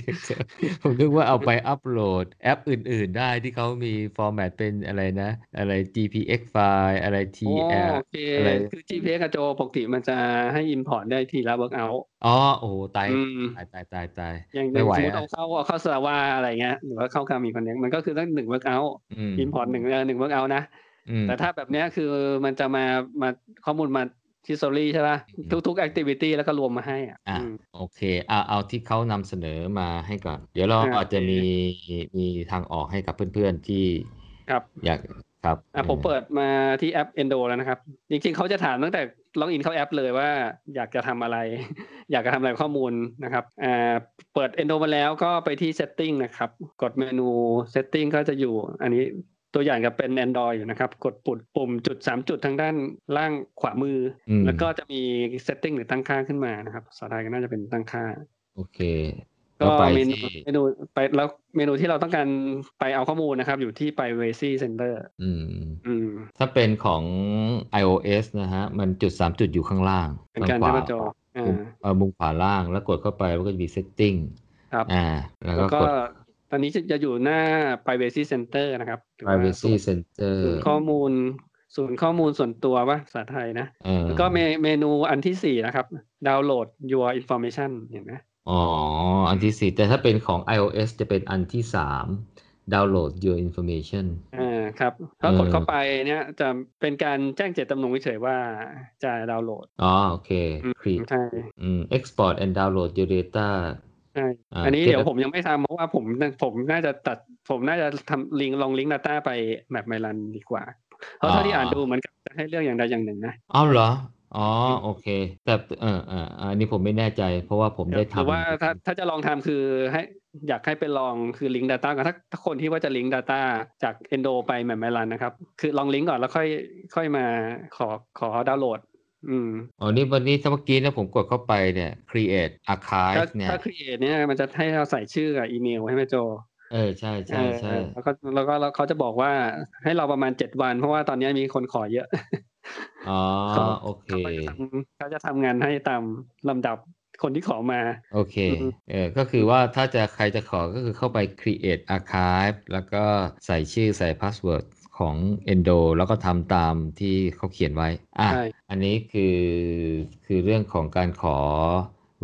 ผมนึกว่าเอาไปอัปโหลดแอปอื่น ๆ ได้ที่เขามีฟอร์แมตเป็นอะไรนะ อะไร GPX ไฟล์อะไร อ๋อ TL โอเค อะไร คือ GPS กับโจปกติมันจะให้ Import ได้ทีละ Workout อ๋อโอ้โหตาย อืม ตายตายตายตาย อย่าง ไม่ไหว สมมติ อะ เอาเข้าเอาเข้าสลาว่าอะไรเงี้ยหรือว่าเข้ากามีคอนเน็กมันก็คือตั้งหนึ่งเวิร์กอัล อืม อินพอร์ตหนึ่งเออหนึ่งเวิร์กอัลนะ อืม แต่ถ้าแบบเนี้ยคือมันจะมามาข้อมูลมาที่โซลี่ใช่ป่ะ อืม ทุกๆแอคทิวิตี้แล้วก็รวมมาให้อ่ะ อ่ะ อืม โอเคเอาเอาที่เขานำเสนอมาให้ก่อน เดี๋ยวเรา อ่า อาจจะมีมีทางออกให้กับเพื่อนๆที่ ครับ อยากครับ อ่ะผมเปิดมาที่แอป Endo แล้วนะครับ จริงๆเขาจะถามตั้งแต่ล็อกอินเข้าแอปเลยว่าอยากจะทำอะไร อยากจะทำอะไรกับข้อมูลนะครับอ่าเปิด Endo มาแล้วก็ไปที่ Setting นะครับ กดเมนู Setting ก็จะอยู่ อันนี้ตัวอย่างก็เป็น Android อยู่นะครับ กดปุ่มปุ่มจุด 3 จุดทางด้านล่างขวามือ อื อ ม แล้วก็จะมี Setting หรือตั้งค่าขึ้นมานะครับสไตล์ก็น่าจะเป็นตั้งค่า โอเค ก็ ไป เมนู ที่ เมนูไปแล้วเมนูที่เราต้องการไปเอาข้อมูลนะครับ อยู่ที่ Privacy Center อืม อืม ถ้าเป็นของ iOS นะฮะ มันจุดสามจุดอยู่ข้างล่าง เหมือนกัน ทา ใช่ ง ไหม ขวา จออ่า เอ่อมุมขวาล่างแล้วกดเข้าไปมันก็จะมี setting ครับ อ่า แล้ว แล้ว ก็ ก็ กด ตอนนี้จะอยู่หน้า privacy center นะครับหรือว่า privacy ศูนย์ center ศูนย์ข้อมูลศูนย์ข้อมูลส่วนตัวว่าภาษาไทยนะ เออ แล้วก็เมเมนูอันที่สี่นะครับ ดาวน์โหลด your information เห็นไหม อ๋อ อันที่สี่แต่ถ้าเป็นของ iOS จะเป็นอันที่สามดาวน์โหลด your information อ่าครับถ้า เออ กดเข้าไปเนี่ยจะเป็นการแจ้งเจตจำนงเฉยๆว่าจะดาวน์โหลด อ๋อ โอเค อืม create ใช่ อืม export and download your data ใช่ า อันนี้ get เดี๋ยวผมยังไม่ทำเพราะว่าผมผมน่าจะตัดผมน่าจะทำลิงก์ลองลิงก์ Data ไปแมปไมลันดีกว่า เพราะเท่าที่อ่านดูเหมือนกับจะให้เรื่องอย่างใดอย่างหนึ่งนะ อ้าวเหรอ อ๋อ โอเค แต่เออเอออันนี้ผมไม่แน่ใจ เพราะว่าผมได้ หรือ ทำ ว่าถ้าถ้าจะลองทำคือให้อยากให้ไปลองคือลิงก์ Data ก่อนถ้าถ้าคนที่ว่าจะลิงก์ Data จาก Endo ไปแมมแมลันนะครับ คือลองลิงก์ก่อนแล้วค่อยค่อยมาขอขอดาวน์โหลด อืม อ๋อนี่วันนี้ถ้าเมื่อกี้นะผมกดเข้าไปเนี่ย create ถ้า archive เนี่ย ถ้า create เนี่ยมันจะให้เราใส่ชื่อกับอีเมลให้ไหมโจ เออใช่ใช่ใช่ เออแล้วก็แล้วก็แล้วเขาจะบอกว่าให้เราประมาณเจ็ดวัน เพราะว่าตอนนี้มีคนขอเยอะ อ๋อ เขา โอเค เขาก็จะทำเขาจะทำงานให้ตามลำดับคนที่ขอมา โอเค อืม เออก็คือว่าถ้าจะใครจะขอก็คือเข้าไป create archive แล้วก็ใส่ชื่อใส่ password ของ endo แล้วก็ทำตามที่เขาเขียนไว้ อ่ะ ใช่ อันนี้คือคือเรื่องของการขอ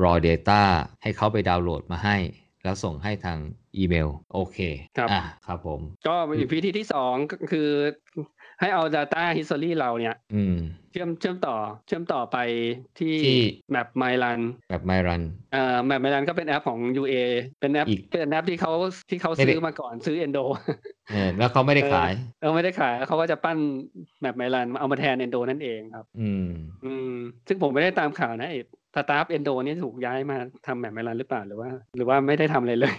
raw data ให้เขาไปดาวน์โหลดมาให้ แล้วส่งให้ทางอีเมล โอเค ครับ อ่ะครับผม ก็อีกวิธีที่สองก็คือ ให้เอา Data History เราเนี่ย อืม เชื่อมเชื่อมต่อเชื่อมต่อไปที่ ที่ แมปไมลัน แบบไมรัน เอ่อแมปไมลันก็เป็นแอปของ UA เป็นแอป อีก เป็นแอปที่เขาที่เขา ไม่ได้ ซื้อมาก่อนซื้อ Endo เออแล้วเขาไม่ได้ขาย เออไม่ได้ขายแล้วเขาก็จะปั้นแมปไมลันเอามาแทน Endo นั่นเองครับ อืม อืมซึ่งผมไม่ได้ตามข่าวนะไอ้สตาฟเอนโดนี่ยถูกย้ายมาทำแมปไมลันหรือเปล่าหรือว่า หรือว่าไม่ได้ทำอะไรเลย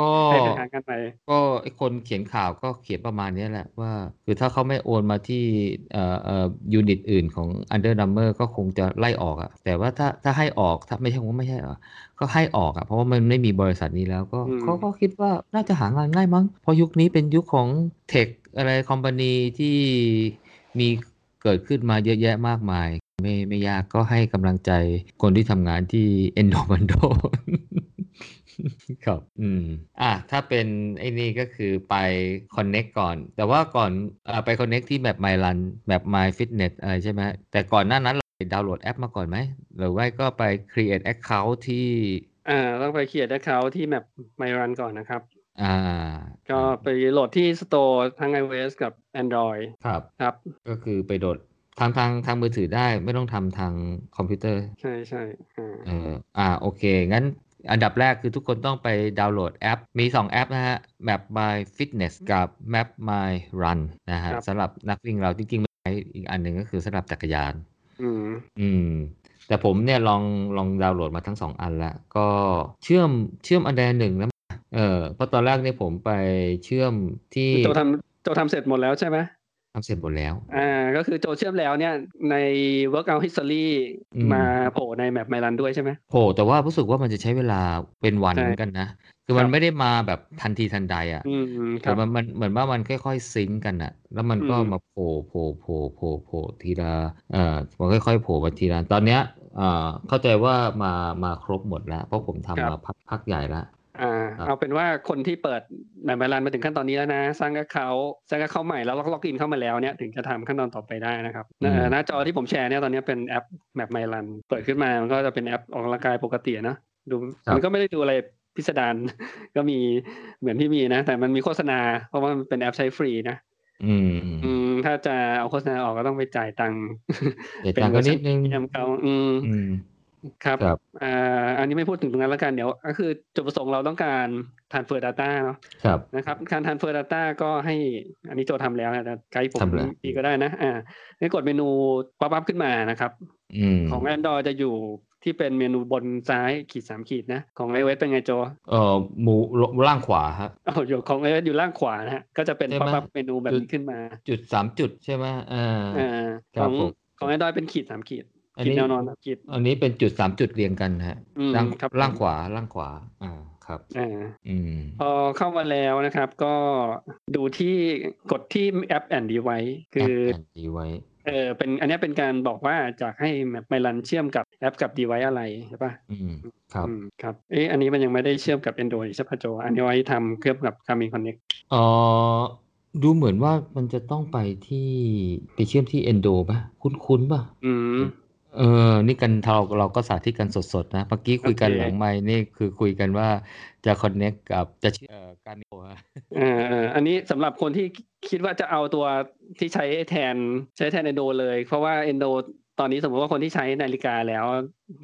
ก็ ให้ ไปทางกันไป ก็ไอคนเขียนข่าวก็เขียนประมาณเนี้ยแหละว่า คือถ้าเขาไม่โอนมาที่เอ่อเอ่อยูนิตอื่นของ Under d a m m e r ก็คงจะไล่ออกอะแต่ว่าถ้าถ้าให้ออกถ้าไม่ใช่ว่าไม่ใช่เหรอก็ให้ออกอะเพราะว่ามันไม่มีบริษัทนี้แล้วก็เขาก็คิดว่าน่าจะหางานง่ายมั้งเพราะยุคนี้เป็นยุคของเทคอะไรคอมพานีที่มีเกิดขึ้นมาเยอะแยะมากมาย ไม่ไม่ยากก็ให้กำลังใจคนที่ทำงานที่ Endomando ครับ อืม อ่ะ ถ้าเป็นไอ้นี่ก็คือไป Connect ก่อน แต่ว่าก่อนอาไป Connect ที่แบบ My Run แบบ My Fitness อะไรใช่ไหม แต่ก่อนหน้านั้นเราไปดาวน์โหลดแอปมาก่อนไหม หรือว่าก็ไป create account ที่ อ่าต้องไปเขียนเขาที่แมปไมลันก่อนนะครับ อ่า ก็ไปโหลดที่ Store ทั้ง iOS กับ Android ครับ ครับ ก็คือไปโดดทางทางทางมือถือได้ ไม่ต้องทำทางคอมพิวเตอร์ ใช่ใช่อ่า เอออ่า โอเค งั้นอันดับแรกคือทุกคนต้องไปดาวน์โหลดแอป มี 2 แอปนะฮะ Map My Fitness กับ Map My Run นะฮะสำหรับนักวิ่งเราจริงๆมันใช้อีกอันหนึ่งก็คือสำหรับจักรยาน อืม อืม แต่ผมเนี่ยลองลองดาวน์โหลดมาทั้ง 2 อันแล้ว ก็เชื่อมเชื่อมอันใดอันหนึ่งนะเออเพราะตอนแรกเนี่ยผมไปเชื่อมที่ โจทำโจทำเสร็จหมดแล้วใช่ไหม ทำเสร็จหมดแล้ว อ่าก็คือโจเชื่อมแล้วเนี่ยใน workout history อืม มาโผล่ในแมปไมลันด้วยใช่ไหม โหแต่ว่ารู้สึกว่ามันจะใช้เวลาเป็นวัน ใช่ เหมือนกันนะ คือ ค มั รั น บ ไม่ได้มาแบบทันทีทันใดอ่ะ อืมค แต่ รับ มันมันเหมือนว่ามันค่อยๆซิงก์กันอ่ะ แล้วมันก็ อืม มาโผล่โผล่โผล่โผล่โผล่ทีละเอ่อมันค่อยๆโผล่มาทีละตอนเนี้ยเอ่อเข้าใจว่ามามาครบหมดแล้วเพราะผมทำมาพักพักใหญ่ละ อ่า เอาเป็นว่าคนที่เปิดแมปไมลันมาถึงขั้นตอนนี้แล้วนะ สร้างก c เขาสร้างก c เขาใหม่แล้วล็อกล็อกอินเข้ามาแล้วเนี่ยถึงจะทำขั้นตอนต่อไปได้นะครับหน้าหน้าจอที่ผมแชร์เนี่ยตอนนี้เป็นแอปแมปไมลันเปิดขึ้นมามันก็จะเป็นแอปออกกำลังกายปกตินะดูมันก็ไม่ได้ดูอะไรพิสดาร ก็มีเหมือนที่มีนะ แต่มันมีโฆษณา เพราะว่ามันเป็นแอปใช้ฟรีนะ อืม อืมถ้าจะเอาโฆษณาออกก็ต้องไปจ่ายตังค์ เดี๋ยวตังก็นิดนึง ยำเกาอืม อืม ครับ ครับ อ่าอันนี้ไม่พูดถึงตรงนั้นแล้วกันเดี๋ยว ก็คือจุดประสงค์เราต้องการ transfer data เนาะ ครับ นะครับ การ transfer data ก็ให้อันนี้โจทำแล้วนะแต่ไกด์ผม ทำแล้ว อีกก็ได้นะ อ่าให้กดเมนู pop up ขึ้นมานะครับ อืม ของ Android จะอยู่ที่เป็นเมนูบนซ้ายขีดสามขีดนะ ของ iOS เป็นไงโจ เอ่อหมูล่างขวาฮะ อ้าวอยู่ของ iOS อยู่ล่างขวานะฮะก็จะเป็น ใช่ไหม pop up เมนูแบบนี้ขึ้นมา จุดสามจุดใช่ไหมอ่า อ่าขครั อบ ง ผม ของ Android เป็นขีดสามขีด อัน ขีด นี้ แนวนอนสามขีด อันนี้เป็นจุดสามจุดเรียงกันฮะ อืม ล่าง ครับผม ล่างขวาล่างขวา อ่าครับ อ่า อืม พอเข้ามาแล้วนะครับ ก็ดูที่กดที่แอปแอนดีไว้คือ App and Device เออเป็นอันเนี้ยเป็นการบอกว่าจะให้แบบไมลันเชื่อมกับแอปกับดีไว c ์อะไรใช่ปะ อืม ครับ อืมครับเอ๊ะอันนี้มันยังไม่ได้เชื่อมกับ Android ใช่ปะโจ อันนี้ไว้ทำเครื่องกับ Garmin Connect เออดูเหมือนว่ามันจะต้องไปที่ไปเชื่อมที่ Endo ป่ะ คุ้นๆป่ะ อืม เออ นี่กันเราเราก็สาธิตกันสดๆนะ เมื่อกี้คุยกัน โอเค หลังไมค์นี่คือคุยกันว่าจะคอนเน็กกับจะเชื่อเอ่อการโอฮะ เออเอออันนี้สำหรับคนที่คิดว่าจะเอาตัวที่ใช้แทนใช้แทน Endo เลย เพราะว่า Endo ตอนนี้สมมติว่าคนที่ใช้นาฬิกาแล้ว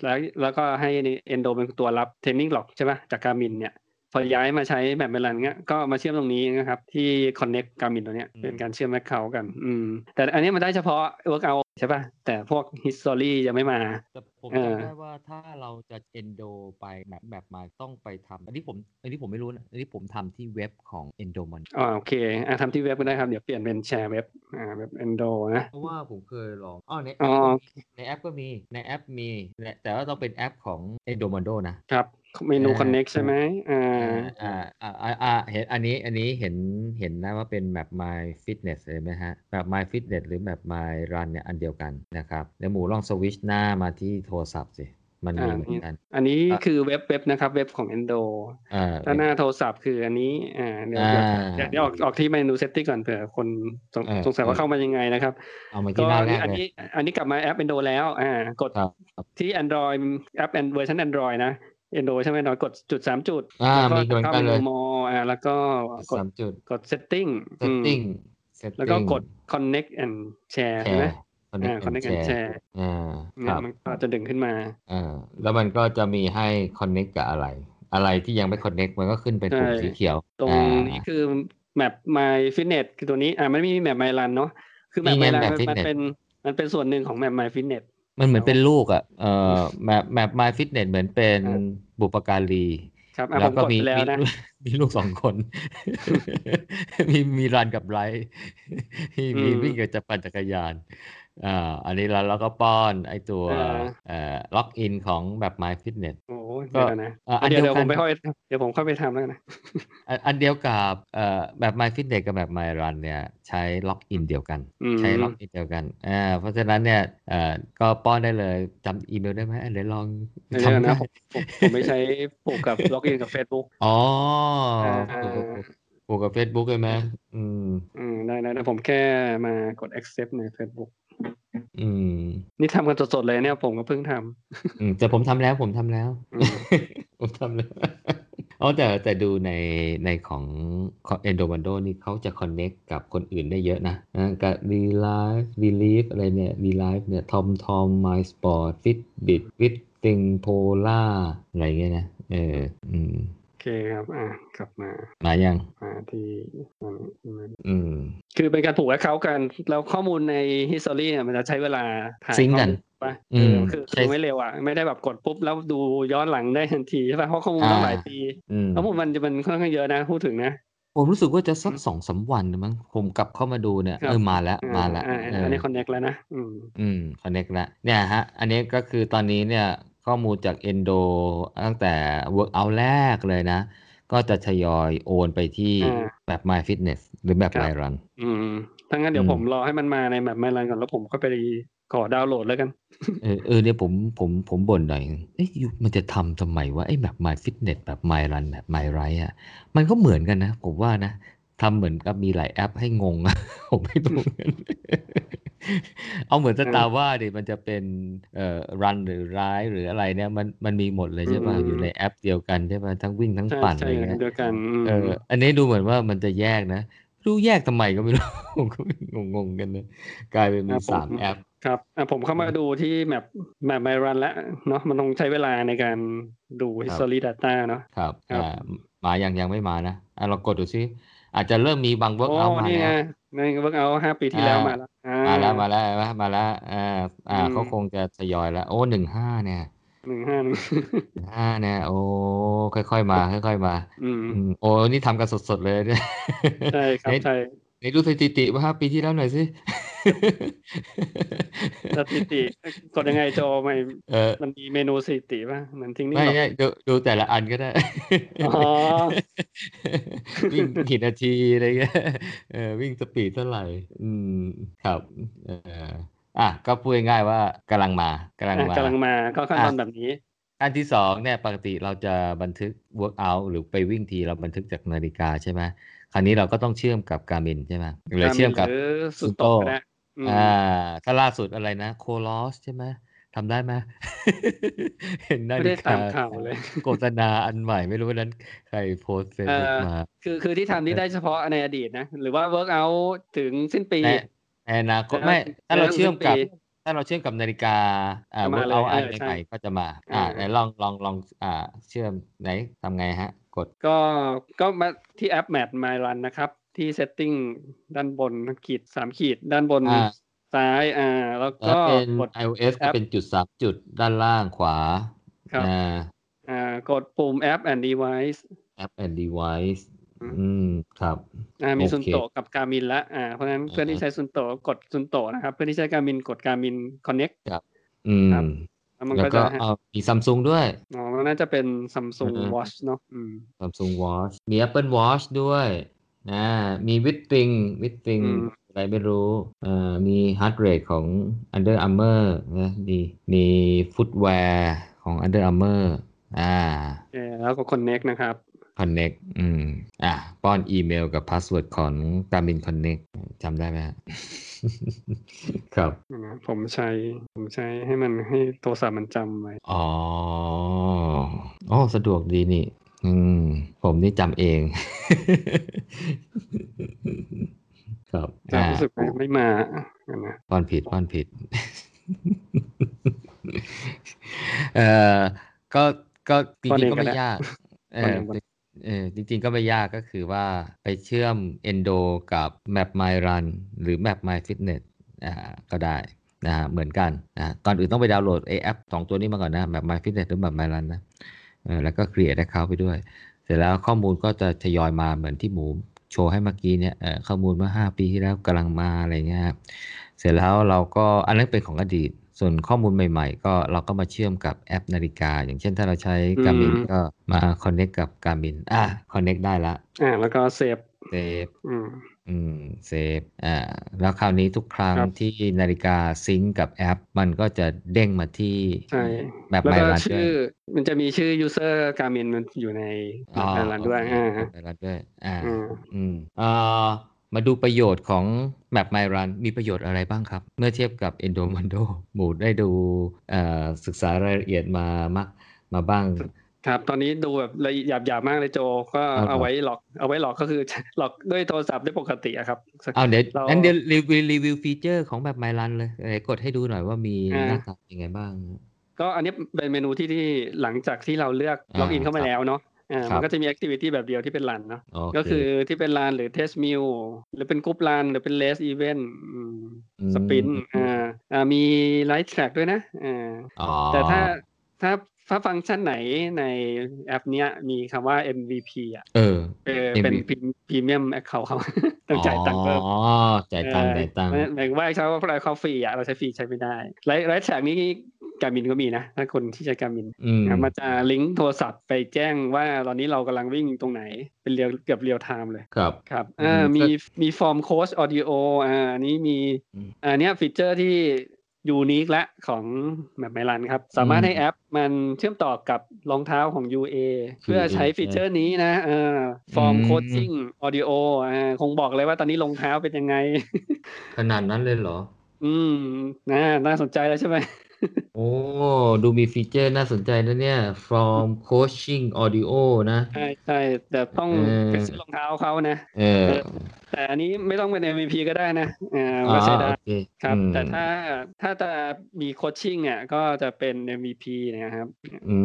แล้วแล้วก็ให้ Endo เป็นตัวรับเทรนนิ่งหลอกใช่ปะจากการมินเนี่ย พอย้ายมาใช้แบบเมลันเงี้ยก็มาเชื่อมตรงนี้นะครับ ที่ Connect การมินตัวเนี้ย อืม เป็นการเชื่อมแมคเคากัน อืม แต่อันนี้มันได้เฉพาะ Workout ใช่ปะแต่พวก History ยังไม่มา แต่ผม เออ จำได้ว่าถ้าเราจะเอนโดไปแบบแบบมาต้องไปทำอันนี้ผม อันนี้ผมไม่รู้นะ อันนี้ผมทำที่เว็บของ Endo m o n อ๋อโอเคอ่ะทำที่เว็บก็ได้ครับเดี๋ยวเปลี่ยนเป็นแชร์เว็บอ่าเว็บ Endo นะ เพราะว่าผมเคยลองอ๋อใน อ๋ แอ อ ปก็มีในแอปก็มีในแอปมีแต่แต่ว่าต้องเป็นแอปของ Endo m o n d o นะ ครับเมนู อ่า Connect ใช่ไหมอ่ อา ่าอ่าอ่าอ่าเห็นอันนี้อันนี้เห็นเห็นนะว่าเป็นแบบ My Fitness เลยไหมฮะแบบ My Fitness หรือแบบ My Run เนี่ยอันเดียวกันนะครับแล้วหมูลองสวิชหน้ามาที่โทรศัพท์สิ มันมี อ่า เหมือนกัน อันนี้ อ่ะ คือเว็บเว็บนะครับ เว็บของ Endo อ่า ถ้าหน้าโทรศัพท์คืออันนี้อ่าเดี๋ยวเดี๋ยว อ่า เดี๋ยวเดี๋ยวออกออกที่เมนูเซตติ้ก่อนเผื่อคนสง เออ สงสัยว่าเข้ามายังไงนะครับ เอามา ก็ ที่หน้าแรก อัน เลย นี้อันนี้กลับมาแอป Endo แล้วอ่ากด ครับครับ ที่ Android แอปเวอร์ชัน Android นะ Endo ใช่ไหมเนาะกดจุดสามจุด อ่า แล้วก็ มีเหมือน เข้า กั เม นเล นู ย มออ่าแล้วก็กด สามจุด กด setting อืม setting แล้วก็กด setting connect and share ใช่ไหม share อ่า connect connect and and share share อ่าค เนี่ย รับ มันก็จะดึงขึ้นมา อ่าแล้วมันก็จะมีให้ connect กับอะไร อะไรที่ยังไม่ connect มันก็ขึ้นเป็นปุ่ม ใช่ สีเขียว ตรง อ่า นี้คือแมป My Fitness คือตัวนี้อ่ามันไม่มีแมป My Run เนาะคือแมป นี่ไง My Run Map มัน Fitness มันเป็นมันเป็นส่วนหนึ่งของแมป My Fitness มันเหมือนเป็นลูกอ่ะ เอ่ อแมปแมป My Fitness เหมือนเป็น ครับ บุปการี ครับอ่ะ แล้ ผ ว ม ก็ กด มี ไปแล้ว มี นะ มีลูก สองคน มีมีรันกับไรที่ มี อืม วิ่งกับจะปั่นจักรยาน อ่า อันนี้เราเราก็ป้อนไอตัว อ่า เอ่อล็อกอินของแบบ My Fitness โอ้โห ก็ เดี๋ยวก่อนนะ อ่ะอัน เดี๋ยว เดี เดี๋ ย ยว วผมกันไปค่อยเดี๋ยวผมค่อยไปทำแล้วกันนะ อันอันเดียวกับเอ่อแบบ My Fitness กับแบบ My Run เนี่ยใช้ล็อกอินเดียวกัน อืม ใช้ล็อกอินเดียวกันอ่าเพราะฉะนั้นเนี่ยเอ่อก็ป้อนได้เลยจำอีเมลได้ไหมอ่ะเดี๋ยวลอง เดี๋ยวก่อน ทำ นะ ได้ ผมผมผมไม่ใช้ปลูกกับล็อกอินกับ Facebook อ๋อ อ่า ผูกกับผูกกับเฟซบุ๊กใช่ไหมอืม อืมได้ได้ได้ผมแค่มากด accept ใน Facebook อืม นี่ทำกันสดๆเลยเนี่ยผมก็เพิ่งท อืมแต่ผมทำแล้วผมทำแล้ว ำอืม ผมทำแล้ว อ๋อแต่แต่ดูในในของเอนโดมันโดนี่เขาจะคอนเน็กกับคนอื่นได้เยอะนะอ่ากับรีไลฟ์รีลีฟอะไรเนี่ยรีไลฟ์เนี่ยทอมทอมมายสปอร์ตฟิตบิดฟิตติงโพล่าอะไรเงี้ยนะ เออ อืม โอเคครับ อ่ะกลับมา มายัง มาที่อันนี้อืม อืม คือเป็นการผูกแอคเคาท์กันแล้วข้อมูลใน history เนี่ยมันจะใช้เวลาถ่าย ซิงก์ ข้อ กัน มูลปะ อื เอ ม อคือคืใช่อไม่เร็วอ่ะ ไม่ได้แบบกดปุ๊บ แล้วดูย้อนหลังได้ทันทีใช่ปะเพราะข้อมูลมัน อ่า หลายปี อืม ข้อมูลมันจะมันค่อนข้างเยอะนะ พูดถึงนะ ผมรู้สึกว่าจะสักสองสามวันมั้งผมกลับเข้ามาดูเนี่ย ครับ เออมาแล้วมาแล้ว อ่ เออ อั อั น น นี้คอนเน็กแล้วนะอืม อืมคอนเน็กละเนี่ยฮะ อันนี้ก็คือตอนนี้เนี่ยข้อมูลจากเอนโดตั้งแต่ Workout แรกเลยนะ ก็จะทยอยโอนไปที่ อ่า แบบ My Fitness หรือแบบ ครับ My Run อืมถ้างั้นเดี๋ยว อืม ผมรอให้มันมาในแบบไมลันก่อนแล้วผมก็ไปขอดาวน์โหลดแล้วกัน เออเออเนี่ยผมผมผมบ่นหน่อยเอ้ยอยู่มันจะทำทำไมวะไอ้แบบ My Fitness แบบ My Run แบบ My Ride อ่ะ มันก็เหมือนกันนะ ผมว่านะทำเหมือนกับมีหลายแอปให้งงอะ ผมไม่รู้เหมือน กันเอาเหมือนสตาร์ว่าดิมันจะเป็นเอ่อ Run หรือ Ride หรืออะไรเนี่ยมันมันมีหมดเลยใช่ป่ะ อืม อยู่ในแอปเดียวกันใช่ป่ะทั้งวิ่งทั้ง ใช่ ปั่นอะ ใช่ ไรเงี้ย เดียวกันม เอออันนี้ดูเหมือนว่ามันจะแยกนะรู้แยกทำไมก็ไม่รู้ ผมก็งงๆกันนะกลายเป็นมี ะผ สามแอป ครับอ่ะผมเข้ามาดูที่แมปแมปไมรันแล้วเนาะมันต้องใช้เวลาในการดู history data เนาะ ครับ ครับ อ่ามายังยังไม่มานะอ่ะเรากดดูซิ อาจจะเริ่มมีบางเวิร์ก โอ้ เอามา นี่ไง แล้ว ในเวิร์กเอาห้าปีที่แล้ว อ่าม มาแล้วอ่ มาแล้วมาแล้วเห็นไหมมาแล้วอ่าอ่า อืม เขาคงจะทยอยแล้ว โอ้หนึ่งห้าเนี่ย หนึ่งห้าหนึ่ง หนึ่งห้าเนี่ย โอ้ค่อยๆมา ค่อยๆมา อืม อืมโอ้นี่ทำกันสดๆเลยเนี่ย ใช่ครับ เอ๊ะ ใช่ ไหนดูสถิติว่าห้าปีที่แล้วหน่อยสิ สถิติกดยังไงโจไม่ เออ มันมีเมนูสถิติป่ะเหมือนทิ้งนี่ ไม่ หรอ ไม่ดูดูแต่ละอันก็ได้ อ๋อ วิ่งกี่นาทีอะไรเงี้ยเออวิ่งสปีดเท่าไหร่ อืมครับเอออ่ะก็พูดง่ายๆว่ากำลังมากำลังมากอ่ะำลังมาก็ขั้นตอนแบบนี้ อันที่สองเนี่ยปกติเราจะบันทึก workout หรือไปวิ่งทีเราบันทึกจากนาฬิกาใช่ไหมคราวนี้เราก็ต้องเชื่อมกับการ์มินใช่ไหมหรือเชื่อมกับ หรือสุดโตก็ได้อืม อ่าถ้าล่าสุดอะไรนะ โคลอสใช่ไหมทำได้ไหม เห็นนา ไม่ ฬิ ได้ กา ตามข่าวเลย โฆษณาอันใหม่ไม่รู้ว่านั้น ใครโพสต์เฟซบุ๊ก เอ่อ มา คือคือที่ทำนี่ได้เฉพาะในอดีตนะ หรือว่า work out ถึงสิ้นปี ในในอนาคต แล้ว ไม่ถ้าเรา แล้ว เชื่อมกับ สิ้นปี ถ้าเราเชื่อมกับนาฬิกาอ่า จะ เวิ มา ร์ก เลย เอา เออ อัน ใช่ ใหม่ๆก็จะมาอ่า เออ ไหนลองลองลองอ่าเชื่อมไหนทำไงฮะ กด ก็ก็มาที่แอป Map My Run นะครับ ที่ setting ด้านบนขีดสามขีดด้านบน อ่า ซ้ายอ่าแล้ว แล้ ก็ วเป็น กด iOS แอ ก็ ป เป็นจุดสามจุดด้านล่างขวา ครับ อ่า อ่ากดปุ่ม App and Device App and Device อืม อืมครับ อ่ามี โอเค ซุนโตะกับการมินละอ่าเพราะฉะนั้นเพื่อนที่ อ่าฮะ ใช้ซุนโตะกดซุนโตะนะครับ เพื่อนที่ใช้การมินกดการมิน Connect อื ครับ ม แล้วมัน แล้ว ก็ ก็ จะ เอามีซัมซุงด้วย อ๋อมันน่าจะเป็น Samsung อืม Watch เนาะอืม ซัมซุงวอชมี Apple Watch ด้วยนะมีวิตติงวิตติง อืม อะไรไม่รู้อ่ามีฮ a r t ์ a เร e ของ Under Armour นะมีมีฟุตแวร์ของ Under Armour อ่า โอเคแล้วก็ Connect นะครับ Connect อืมอ่ะป้อนอีเมลกับพาสเวิร์ดของ Garmin Connect จำได้ไหมฮะ ครับ เดี๋ยวนะผมใช้ผมใช้ให้มันให้โทรศัพท์มันจำไว้ อ๋อโอ้สะดวกดีนี่ อืม ผมนี่จำเอง ครับ จะรู้สึกไหมไม่มาเดี๋ยวนะ ป้อนผิดป้อนผิด เอ่อ ก็ ก็จ ป้อน ริ เอง งก็ๆก็ไม่ ได้ ยาก เอ ป้อนเองก็อได้ เออจริง ๆ ก็ไม่ยากก็คือว่าไปเชื่อม Endo กับ Map My Run หรือ Map My Fitness อ่าก็ได้นะฮะเหมือนกันนะก่อนอื่นต้องไปดาวน์โหลดไอแอปสองตัวนี้มาก่อนนะ Map My Fitness หรือ Map My Run นะเออแล้วก็ create account ไปด้วย เสร็จแล้วข้อมูลก็จะทยอยมาเหมือนที่หมูโชว์ให้เมื่อกี้เนี่ยเอ่อข้อมูลเมื่อ5 ปีที่แล้วกำลังมาอะไรเงี้ยครับเสร็จแล้วเราก็อันนั้นเป็นของอดีต ส่วนข้อมูลใหม่ๆ ก็เราก็มาเชื่อมกับแอปนาฬิกา อย่างเช่นถ้าเราใช้ อืม การบินก็มาคอนเน c t กับการบินอ่ะคอนเน c t ได้ละ อ่าแล้วก็เซฟ เซฟ อืม อืมเซฟอ่าแล้วคราวนี้ทุกครั้ง ครับ ที่นาฬิกาซิงก์กับแอป มันก็จะเด้งมาที่ ใช่ แบบ แล้ว ไม ก็ รันด้ว ชื่อยมันจะมีชื่อ user การมินมันอยู่ใน อ๋อ ในร้านด้วยอ่า ไมรันด้วย อ่า อ่า อืมเอ่อมาดูประโยชน์ของ Map My Run มีประโยชน์อะไรบ้างครับ เมื่อเทียบกับ Endomondo หมูได้ดูเอ่อศึกษารายละเอียดมามากมาบ้าง ครับ ตอนนี้ดูแบบละเอียดหยาบๆมากเลยโจ ก็ ครับ เอาไว้หลอก เอาไว้หลอกก็คือ หลอกด้วยโทรศัพท์ด้วยปกติอะครับ เอาเดี๋ยว เรางั้ งั้นเดี๋ยวรีวิวรีวิวฟีเจอร์ของ Map My Run เลยไหนกดให้ดูหน่อยว่ามี อ่า หน้าตายังไงบ้าง ก็อันนี้เป็นเมนูที่ที่หลังจากที่เราเลือก อ่า ล็อกอินเข้ามาแล้วเนาะอ่า คมัรับนก็จะมีแอคทิวิตี้แบบเดียวที่เป็นรันเนาะ โอเค ก็คือที่เป็นลานหรือเทสมิลหรือเป็นกรุ๊ปลานหรือเป็นเลสอีเวนต์ ม สปินอ่าอ่ามีไลท์แทร็กด้วยนะอ่า อ๋อ แต่ถ้าถ้า ถ้าฟังก์ชันไหนในแอปเนี้ยมีคำว่า MVP อ่ะ เออ เออเป็น MVP พรีเมียมแอคเคาท์เขา ต้องจ่ายตังค์เพิ่ม อ๋อจ่ายตังค์จ่ายตังค์ เออหมายถึงว่าเขาเราเขาฟรีอะเราใช้ฟรีใช้ไม่ได้ไลฟ์ไลฟ์แท็กนี้การบินก็มีนะ ถ้าคนที่ใช้การบิน อืม นะมันจะลิงก์โทรศัพท์ไปแจ้งว่าตอนนี้เรากำลังวิ่งตรงไหน เป็นเรียวเกือบเรียวไทม์เลย ครับ ครับอ่า อืม มีมีฟอร์มโค้ชออดิโออ่าอันนี้มี อืม อันเนี้ยฟีเจอร์ที่ยูนิคและของแมปไมลันครับ สามารถ อืม ให้แอปมันเชื่อมต่อกับรองเท้าของ UA เพื่อ UA ใช้ฟีเจอร์นี้นะเอ่าฟอร์ม อืม โคชชิ่งออดิโออ่าคงบอกเลยว่าตอนนี้รองเท้าเป็นยังไง ขนาดนั้นเลยเหรอ อืมน่าน่าสนใจแล้วใช่ไหม โอ้ ดูมีฟีเจอร์น่าสนใจนะเนี่ย from coaching audio นะ ใช่ใช่แต่ต้อง เออ ไปซื้อรองเท้าเขานะ เออ แต่อันนี้ไม่ต้องเป็น MVP ก็ได้นะอ่า อ๋ ก็ใช้ อ ได้ โอเค ครับ อืม แต่ถ้าถ้าจะมีโคชชิ่งเนี่ยก็จะเป็น MVP นะครับ อื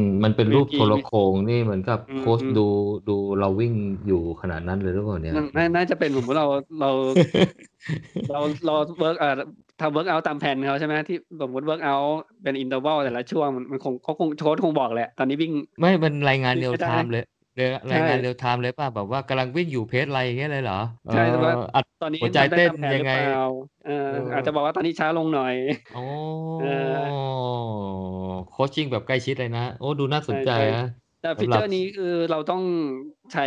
ม มันเป็นรูป มี โทรโคงนี่เหมือนกับ อืม โค้ช อืม ดูดูเราวิ่งอยู่ขนาดนั้นเลยหรือเปล่าเนี่ย น่าน่าน่าจะเป็นผมว่าเราเรา เราเราเวิร์กเอ่อทำเวิร์กเอาตามแผนเขาใช่ไหมที่สมมติเวิร์กเอาเป็นอินเตอร์วัลแต่ละช่วงมันมันคงเขาคงโค้ชคงบอกแหละ ตอนนี้วิ่ง ไม่ มันรายงาน วิ่งเรียล ไม่ได้ ไทม์เลยเรีย ใช่ รายงานเรียลไทม์เลยป่ะ แบบว่ากำลังวิ่งอยู่เพจอะไรอย่างเงี้ยเลยเหรอ ใช่แต่ว่า เอออัด ตอนนี้ หัวใจ ทำได้ตามแผนหรือเป เต้นยังไง ล่าเออ เอออ อาจจะบอกว่าตอนนี้ช้าลงหน่อย โอ้ เออ โคชชิ่งแบบใกล้ชิดเลยนะ โอ้ ดูน่าสนใจ ใช่ใช่ นะ แต่ สำหรับ ฟีเจอร์นี้คือเราต้องใช้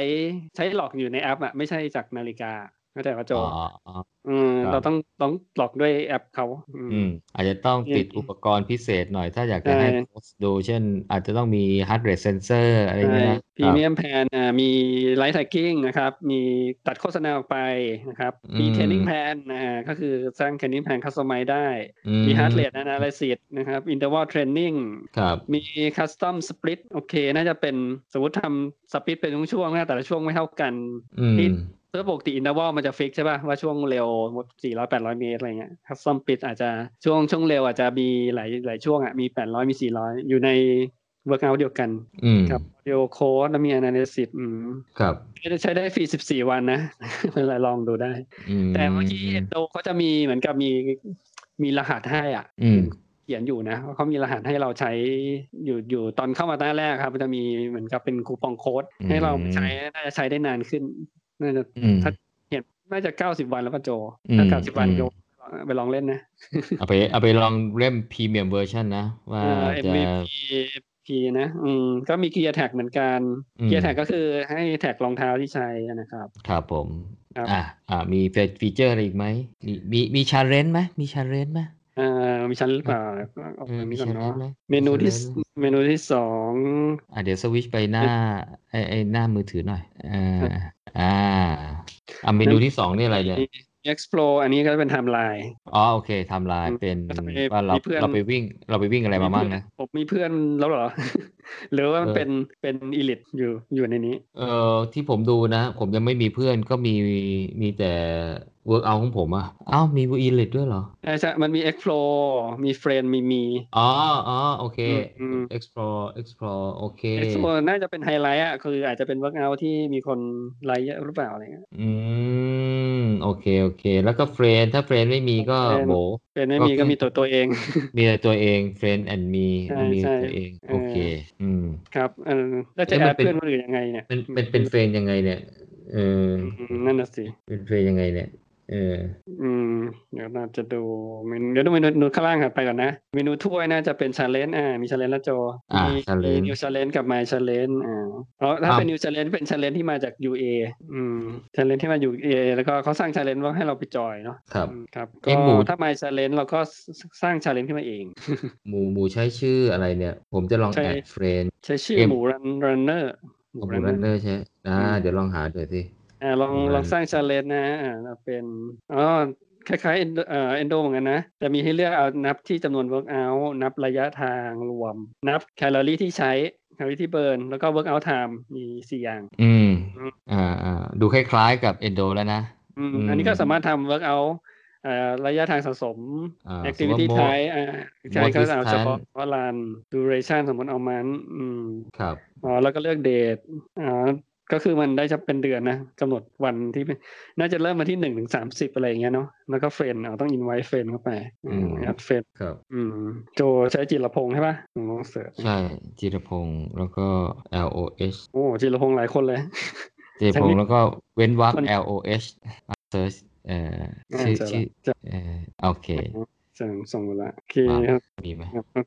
ใช้หลอกอยู่ในแอปอะไม่ใช่จากนาฬิกาเข้าใจป่ะโจ อ๋ออ๋อ อืม ครับ เราต้องต้องหลอกด้วยแอปเขาอืม อืมอาจจะต้องติด อืม อุปกรณ์พิเศษหน่อยถ้าอยากจะให้ ใช่ โพสต์ดู เช่น อาจจะต้องมี heart rate sensor อะไรอย่างเงี้ยนะ พรี ครับ เมียมแพนอ่ามีไลท์แท็กกิ้งนะครับ มีตัดโฆษณาออกไปนะครับ มี อืม เทรนนิ่งแพนนะฮะก็คือสร้างเทรนนิ่งแพนคัสตอมไมได้ อื มีฮาร์ดเรทนาลิซิสนะครับอินเตอร์วอลเทรนนิ่ง ครับ มีคัสตอมสปริตโอเค น่าจะเป็นสมมติทำสปริตเป็นช่วงๆนะแต่ละช่วงไม่เท่ากัน อืม ที่ เพื่อปกติอินเตอร์วอลมันจะฟิกใช่ป่ะ ว่าช่วงเร็วสี่ร้อยแปดร้อยเมตรอะไรเงี้ยคัสตอมปิดอาจจะช่วงช่วงเร็วอาจจะมีหลายหลายช่วงอ่ะมีแปดร้อยมีสี่ร้อยอยู่ในเวิร์กอัเดียวกัน อืม ครับเดียวโค้ดแล้วมีอนาลิซิสอืม ครับ ใช้ได้ฟรีสิบสี่วันนะ เป็นไรลองดูได้ อืม แต่เมื่อกี้เอ็นโดเขาจะมีเหมือนกับมีมีรหัสให้อ่ะ อืม เขียนอยู่นะว่าเขามีรหัสให้เราใช้อยู่อยู่ตอนเข้ามาตั้งแต่แรกครับ มันจะมีเหมือนกับเป็นคูปองโค้ด ให้เราไปใช้น่าจะใช้ได้นานขึ้นน่าจะ อืม ถ้า เห็นน่าจะเก้าสิบวันแล้วป่ะโจ อืม ถ้าเก้าสิบวัน อืม โจไปลองเล่นนะ เอาไปเอาไปลองเล่มพรีเมียมเวอร์ชันนะ ว่า เอ่อ จะ MVP พีนะ อืมก็มีเกียร์แท็กเหมือนกัน อืม เกียร์แท็กก็คือให้แท็กรองเท้าที่ใช้นะครับ ครับผม ครับ อ่าอ่า มีฟีเจอร์อะไรอีกไหม มีมีมีชาเลนจ์ไหมมีชาเลนจ์ไหม เอ่อมีชั้นหรือเปล่าเอา เออ อัน มี นี้ก่อนเนาะ challenge ไหม เมนูที่ มี challenge ไหม เมนูที่สอง อ่ะเดี๋ยวสวิตชไปหน้าไอ้ไอ้หน้ามือถือหน่อยเอ่าอ่าอ่ะเมนูที่สองนี่อะไรเนี่ย มี explore อันนี้ก็เป็นไทม์ไลน์ อ๋อโอเคไทำลาย อืม เป็น ก็จะมี ว่าเรา มีเพื่อน เราไปวิ่งเราไปวิ่งอะไรมาบ้างนะ ผมมีเพื่อนแล้วเหรอ หรือว่ามัน เออ เป็นเป็นอีลิทอยู่อยู่ในนี้ เออที่ผมดูนะ ผมยังไม่มีเพื่อนก็มีมีแต่เวิร์กเอาของผมอ่ะอ้าวมีบูอีลิตด้วยเหรอ ใช่ใช่มันมี explore มี friend มีมี อ๋ออ๋อโอเค อืมอืม explore explore โอเค explore น่าจะเป็นไฮไลท์อ่ะคืออาจจะเป็น workout ที่มีคนไลค์เยอะหรือเปล่าอะไรเงี้ย อืมโอเคโอเค แล้วก็เฟรนถ้าเฟรนไม่มีก็ friend โบ เป็นไม่มี ก็คือ ก็มีตัวตัวเอง มีแต่ตัวเอง friend and me ใช่ มี ใช่ ตัวเอง เออ โอเคอืม ครับเออแล้วจะ เอ๊ะ แอดมันเป็น เพื่อนคนอื่นยังไงเนี่ย เป็นเป็นเป็นเฟรนยังไงเนี่ยเออ อืมนั่นน่ะสิ เป็นเฟรนยังไงเนี่ยเออ อืมเดี๋ยวน่าจะดูเมนูเดี๋ยวดูเมนูนูข้างล่างกันไปก่อนนะ เมนูถ้วยน่าจะเป็นชาเลนจ์อ่ามีชาเลนจ์ละโจ อ่า มี ชาเล มี น นิวชาเลนจ์กับไมชาเลนจ์อ่าอ๋อถ้าเป็นนิวชาเลนจ์เป็นชาเลนจ์ที่มาจาก UA อืมชาเลนจ์ที่มาอยู่ UA แล้วก็เขาสร้างชาเลนจ์ว่าให้เราไปจอยเนาะ ครับ อืมครับ เอ๊ะหมู่ ก็ถ้าไมชาเลนจ์เราก็สร้างชาเลนจ์ขึ้นมาเอง หมูหมูใช้ชื่ออะไรเนี่ย ผมจะลอง ใช่ แอดเฟรน ใช้ชื่อหมูรันรันเนอร์หมู ของห รันเนมูรั อน ร์ เนอร์ใช่ไหมอ่า อืม เดี๋ยวลองหาดูสิ อ่าลอง ประมาณ ลองสร้างชาเลนจ์นะอ่าเอาเป็นอ๋อคล้ายๆเอ็นโดเอ่อเอนโดเหมือนกันนะ แต่มีให้เลือกเอานับที่จำนวนเวิร์กอัลนับระยะทางรวม นับแคลอรี่ที่ใช้แคลอรี่ที่เบิร์นแล้วก็เวิร์กอัลไทม์มีสี่อย่าง อืม อืม อ่าอ่าดูคล้ายๆกับเอนโดแล้วนะ อืม อืม อันนี้ก็สามารถทำเวิร์กอัลเอ่อระยะทางสะสม อ่า activity สมมุติว่า type อ่าใช่ walk ก็เอาเฉพาะ distance เพราะลาน duration สมมติเอามัน อืม ครับ อ๋อแล้วก็เลือกเดทอ๋อ ก็คือมันได้จะเป็นเดือนนะกำหนดวันที่เป็นน่าจะเริ่มมาที่หนึ่งถึงสามสิบอะไรอย่างเงี้ยเนาะแล้วก็เฟรนเอาต้องอินไว้เฟรนเข้าไป อืม อัดเฟรน ครับ อืม โจใช้จิรพงษ์ใช่ปะผมลองเสิร์ช ใช่จิรพงศ์แล้วก็ L O S โอ้จิรพงษ์หลายคนเลย จิรพงศ์แล้วก็เว้นวรรค คน L O S อ่ะเซิร์ชเอ่อชื่อ อ่าเจอละ ชื่อเอ่อโอเค ส่งส่งหมดละโอเคคมารับ มีไหม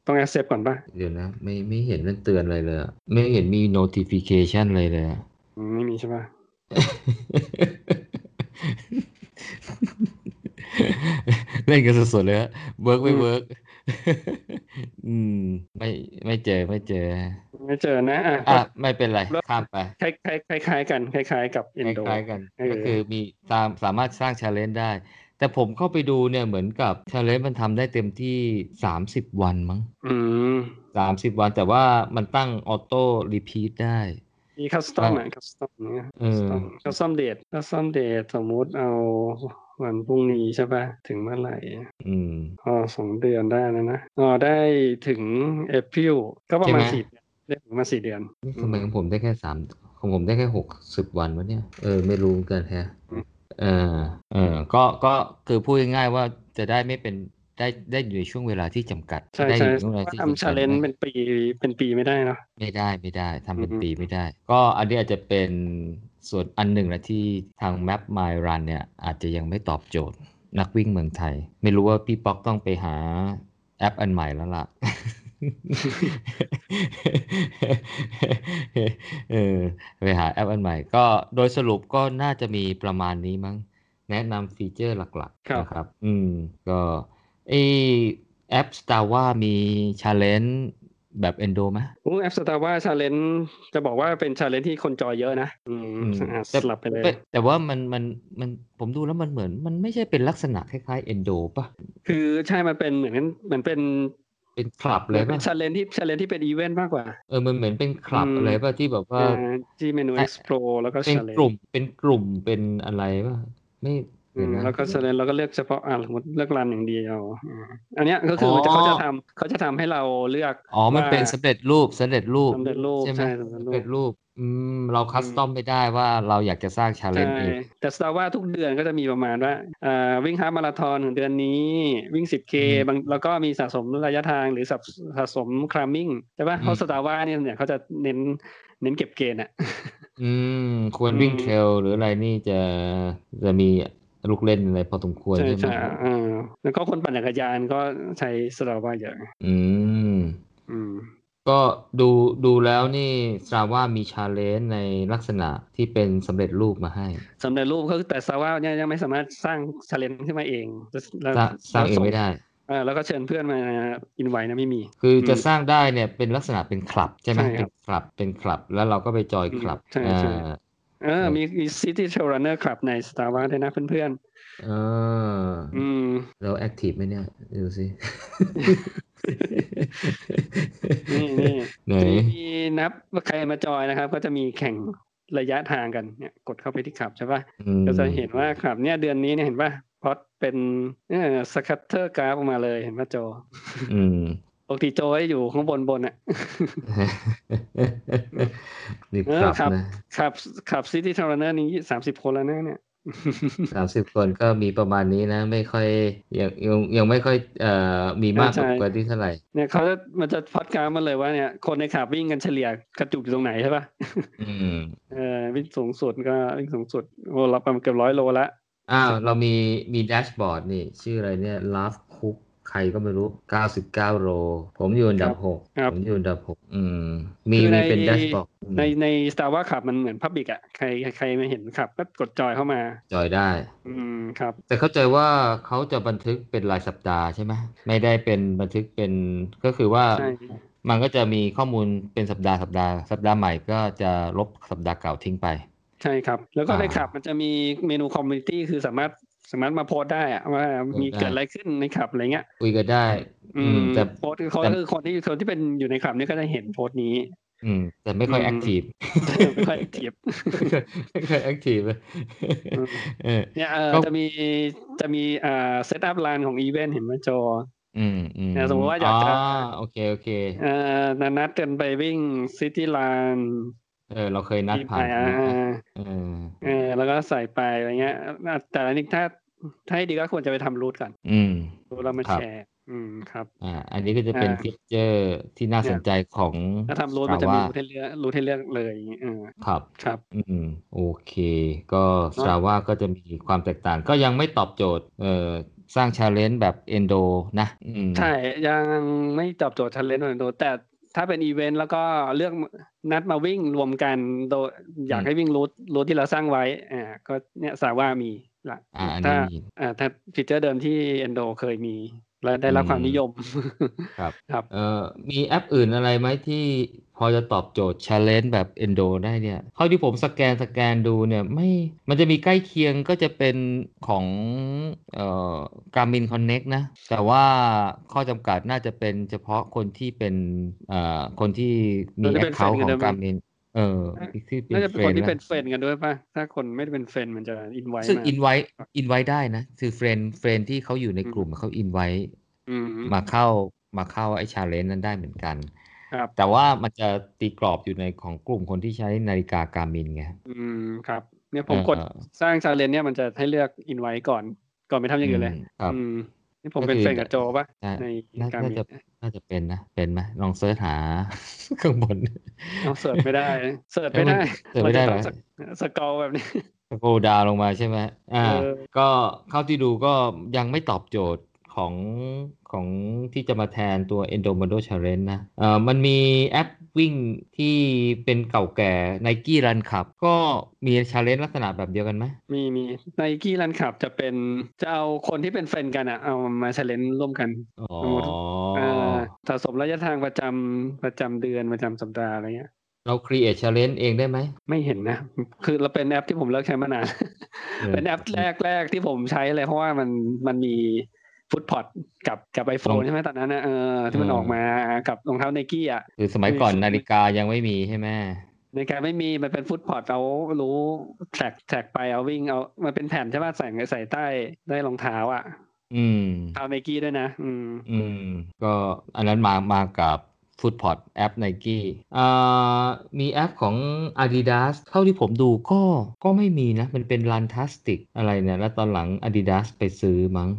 ต้องแอคเซปก่อนปะ เดี๋ยวนะ ไม่ไม่เห็นมันเตือนอะไรเลยอะไม่เห็นมี notification เลยเลยอะ อืมไม่มีใช่ปะ เล่นกันสดๆเลยฮะเวิร์กไม่เวิร์ก อืม ไม่ไม่เจอไม่เจอ ไม่เจอนะอ่ะ อ่ะ ก็ ไม่เป็นไร ข้ามไป คล้ายๆคล้ายๆกันคล้ายๆกับอินโด คล้ายๆกัน เออ ก็คือมีตามสามารถสร้างชาเลนจ์ได้ แต่ผมเข้าไปดูเนี่ยเหมือนกับชาเลนจ์มันทำได้เต็มที่ 30 วันมั้ง อืม 30 วันแต่ว่ามันตั้งออโต้รีพีทได้ มีคัสตอมอ่ะคัสตอมเนี่ย เออ ก็ซ่อมเดทก็ซ่อมเดทสมมุติเอาวันพรุ่งนี้ใช่ปะถึงเมื่อไหร่ อืม อ๋อสองเดือนได้แล้วนะอ๋อได้ถึงเอพิลก็ประมาณ ใช่ไหม สี่เดือนได้ถึงประมาณสี่เดือน นี่ทำไมของผมได้แค่สามของผมได้แค่หกสิบวันวะเนี่ย เออ ไม่รู้เหมือนกันแฮะ อืม เออเออก็ก็คือพูดง่ายๆว่าจะได้ไม่เป็นได้ได้อยู่ในช่วงเวลาที่จำกัด ใช่ ได้อ ใช่ ยู่ในช่วงเวลา ว่า ที่ ทำ จำกั ชา ด เลนจ์เป็นปีเป็นปีไม่ได้เนาะ ไม่ได้ไม่ได้ทำเป็น อืม ปีไม่ได้ ก็อันนี้อาจจะเป็นส่วนอันหนึ่งนะที่ทาง Map My Run เนี่ย อาจจะยังไม่ตอบโจทย์นักวิ่งเมืองไทย ไม่รู้ว่าพี่ป๊อกต้องไปหาแอปอันใหม่แล้วล่ะ เออไปหาแอปอันใหม่ ก็โดยสรุปก็น่าจะมีประมาณนี้มั้ง แนะนำฟีเจอร์หลัก ครั ๆ บ นะครับ อืม ก็ไอแอป s t a r ว่ามีช l เลน g e แบบ Endo ไหม อู้แอปสตาร์ว่าชาเลนจ์จะบอกว่าเป็นชาเลนจ์ที่คนจอยเยอะนะอืม อืม อ่ะสลับไปเลย แต่แต่ว่ามันมันมันผมดูแล้วมันเหมือน มันไม่ใช่เป็นลักษณะคล้ายๆ Endo ป่ะ คือใช่มันเป็นเหมือนเหมือนเป็น เป็นคลับ เห เล มือย นเป็ ป่ะ นชาเลนจ์ที่ชาเลนจ์ที่เป็นอีเวนต์มากกว่า เออ มันเหมือนเป็นคลับ อืม อะไรป่ะที่แบบว่า อ่าที่เมนู explore แล้วก็ เป็น ชาเลน ก จ์ ลุ่มเป็นกลุ่มเป็นอะไรป่ะ ไม่ อื เดี๋มยนะ แล้วก็แสดงเราก็เลือกเฉพาะอ่าสมมติเลือกรันอย่างเดียวอ่าอันเนี้ยก็คืออ อ มันจะเขาจะทำเขาจะทำให้เราเลือก อ๋อ มัน ว่า เป็นสำเร็จรูปสำเร็จรูป สำเร็จรูป ใช่ไหม ใช่สำเร็จรู สำเร็ ป จรูป อืม เราคัสตอมไม่ได้ว่าเราอยากจะสร้างชาเล ใช่ นจ์เอง แต่สตาว่าทุกเดือนก็จะมีประมาณว่าอ่าวิ่งฮาล์ฟมาราธอนของเดือนนี้วิ่ง 10K บางแล้วก็มีสะสมระยะทางหรือสะสะสมคลัมมิ่งใช่ปะเพราะสตาว่าเนี่ยเนี่ยเขาจะเน้นเน้นเก็บเกณฑ์อ่ะ อืม ควร อืม วิ่งเทรลหรืออะไรนี่จะจะมีลูกเล่นอะไรพอสมควร ใช่ ใช่ไหม ใช่อ่าแล้วก็คนปั่นจักรยานก็ใช้สตาว่าเยอะ อืม อืม ก็ดูดูแล้วนี่สาว่ามีชาเลนจ์ในลักษณะที่เป็นสำเร็จรูปมาให้ สำเร็จรูปก็คือแต่ซาว่าเนี่ยยังไม่สามารถสร้างชาเลนจ์ขึ้นมาเองแล้ว สร้างสร้างเอง แล้ว ไม่ได้ เออแล้วก็เชิญเพื่อนมาอินไว้นะไม่มี คือจะ อืม สร้างได้เนี่ยเป็นลักษณะเป็นคลับใช่ไหม ใช่ค เป็ รั น บ คลับเป็นคลับแล้วเราก็ไปจอย อืม คลับ ใช่ใช่ อ่า เออ ครับ มีมีซิตี้เทรลรันเนอร์คลับในสตาร์วัตด้วยนะเพื่อน เออ ๆ อืม เราแอคทีฟไหมเนี่ย ดูสิ นี่นี่ ไหน จะมีนับว่าใครมาจอยนะครับ ก็จะมีแข่งระยะทางกันเนี่ยกดเข้าไปที่คลับใช่ป่ะ อืม ก็จะเห็นว่าคลับเนี่ยเดือนนี้เนี่ยเห็นป่ะพอดเป็นสคัตเตอร์กราฟออกมาเลยเห็นป่ะโจ อืม ปกติโจจะอยู่ข้างบนบนอ่ะ นี่ เอ ค อ รับ ครับ นะ ขับขับซิตี้เทรลรันเนอร์นี้สามสิบคนแล้วนะเนี่ย สามสิบคนก็มีประมาณนี้นะ ไม่ค่อยยังยังยังไม่ค่อยเอ่อมีมาก ใช่ใช่ กว่าที่เท่าไหร่ เนี่ยเขาจะมันจะพอดการมาเลยว่าเนี่ยคนในขับวิ่งกันเฉลี่ยกระจุกอยู่ตรงไหนใช่ปะ อืม เออวิ่งสูงสุดก็วิ่งสูงสุดโอ้เราประมาณเกือบร้อยโลละ อ้าวเรามีมีแดชบอร์ดนี่ ชื่ออะไรเนี่ย Love Cook ใครก็ไม่รู้ 99 โร ผมอยู่อันดับ ครั 6 บ ผมอยู่อันดับ 6 อืม มี คือใน มีเป็นแดชบอร์ด ในในสตาร์ว่าขับมันเหมือนพับบิกอ่ะใครใครมาเห็นขับก็กดจอยเข้ามา จอยได้ อืมครับ แต่เข้าใจว่าเขาจะบันทึกเป็นรายสัปดาห์ใช่ไหมไม่ได้เป็นบันทึกเป็นก็คือว่า ใช่ มันก็จะมีข้อมูลเป็นสัปดาห์สัปดาห์สัปดาห์ใหม่ก็จะลบสัปดาห์เก่าทิ้งไป ใช่ครับ แล้วก็ใน อ่า ขับมันจะมีเมนูคอมมูนิตี้คือสามารถสามารถมาโพสต์ได้อะว่ามี ได้ เกิดอะไรขึ้นในขับอะไรเงี้ย คุยกันได้ อื อื ม มแต่ โพสต์คือเขา แต่ คือคนที่คนที่เป็นอยู่ในขับเนี่ยก็จะเห็นโพส ต์นี้ อืม แต่ไม่ค่อย อืม แอคทีฟ ไม่ค่อยเทียบ ไม่เคยแอคทีฟเลย อืม เออ เนี่ยเออ ก็ จะมีจะมีอ่าเซตอัพลานของอีเวนต์เห็นไหมจอ อืมอืม เนี่ยสมมุติว่าอยากจะ โอเค โอเค เอ่อนัดกันไปวิ่งซิตี้ลาน เออเราเคยนัด ที่ ผ่า ไป น อ่ นะ า เออ เออแล้วก็ใส่ไปอะไรเงี้ยอ่ะแต่อันนี้ถ้าถ้าให้ดีก็ควรจะไปทำรูทก่อน อืม รูทแล้วมา ครับ แชร์ อืมครับ อ่า อันนี้ก็จะเป็น อ่า ฟีเจอร์ที่น่าสนใจของ ถ้าทำรูทมันจะมีรูสทให้เลือกรูทให้เลือกเลยอย่างงี้เออ ครับ ครับ อืม โอเค ก็สตาว่าก็จะมีความแตกต่าง ก็ยังไม่ตอบโจทย์ เอ่อสร้างชาเลนจ์แบบเอนโดนะอืม ใช่ยังไม่ตอบโจทย์ชันเลนของโดแต่ถ้าเป็นอีเวนต์แล้วก็เลือกนัดมาวิ่งรวมกันโดยอยากให้วิ่งรูทรูทที่เราสร้างไว้อ่าก็เนี่ยสาว่ามีละ อ่าอัน ถ้า นี้มี อ่าถ้าฟีเจอร์เดิมที่ Endo เคยมี และได้รับความนิยม ครับ ครับ เอ่อมีแอปอื่นอะไรไหมที่พอจะตอบโจทย์ Challenge แบบ Endo ได้เนี่ยเท่าที่ผมสแกนสแกนดูเนี่ยไม่มันจะมีใกล้เคียงก็จะเป็นของเอ่อ Garmin Connect นะ แต่ว่าข้อจำกัดน่าจะเป็นเฉพาะคนที่เป็นเอ่อคนที่มี คนที่เป็แอคน เคา friend ขกัองนด้วยมั้ย Garmin เออที่เป็ น่าน จะ เฟ เป็น ร คน นที่ นะ เป็นเฟรนกันด้วยป่ะ ถ้าคนไม่ได้เป็นเฟรนมันจะอินไว้ ซึ่ง มา อินไว้อินไว้ได้นะคือเฟรนเฟรนที่เขาอยู่ใน อืม กลุ่มเขาอินไว้ อืม มาเข้ามาเข้าไอ้ชาเลนจ์นั้นได้เหมือนกัน ครับ แต่ว่ามันจะตีกรอบอยู่ในของกลุ่มคนที่ใช้นาฬิกาการ์มินไง อืมครับ เนี่ยผม เอ่อก ดสร้างชาเลนเนี่ยมันจะให้เลือกอินไว้ก่อน ก่อนไปทำอย่างอื่นเลย อืมครับ อืมนี่ผม ก็เป็นคือเฟรนกับโจป่ะ น่า ใน นา การ น่า มี จะน่าจะเป็นนะ เป็นไหมลองเสิร์ชหา ข้างบน เอาเสิร์ชไม่ได้เสิร์ช เอ้ย ไม่ มัน ได้ เสิร์ชเราจะทำสไม่ได้เหรอกสกอลแบบนี้ โกดาวลงมาใช่ไหมอ่า เออ ก็เข้าที่ดูก็ยังไม่ตอบโจทย์ของของที่จะมาแทนตัว Endomando Challenge นะ เอ่อ มันมีแอปวิ่งที่เป็นเก่าแก่ Nike Run Club ก็มี Challenge ลักษณะแบบเดียวกันไหม มีมีในกี้รันขับจะเป็นจะเอาคนที่เป็นเฟรนกันอะเอามาชาเลนร่วมกัน อ๋อ เออสะสมระยะทางประจำประจำเดือนประจำสัปดาห์อะไรเงี้ย เรา create challenge เองได้ไหม ไม่เห็นนะ คือเราเป็นแอปที่ผมเลิกใช้มานาน เออ เป็นแอปแรกแรกที่ผมใช้เลย เพราะว่ามันมันมีฟุตพอดกับกับไอโฟ รอน ง ใช่ไหมตอนนั้นนะเออที่มัน เออ ออกมากับรองเท้าไนกี้อ่ะ คือสมัยก่อน มี นาฬิกายังไม่มีใช่ไหม ในการไม่มีมันเป็นฟุตพอดเอารู้แทร็กแทร็กไปเอาวิ่งเอามันเป็นแผ่นใช่ป่ะใส่ใส่ใต้ได้รองเท้าอ่ะ อืม เท้าไนกี้ด้วยนะ อืม อืม ก็อันนั้นมามากับฟุตพอดแอป Nike อ่ามีแอปของ Adidas เท่าที่ผมดูก็ก็ไม่มีนะ มันเป็น Runtastic อะไรเนี่ย แล้วตอนหลัง Adidas ไปซื้อมั้ง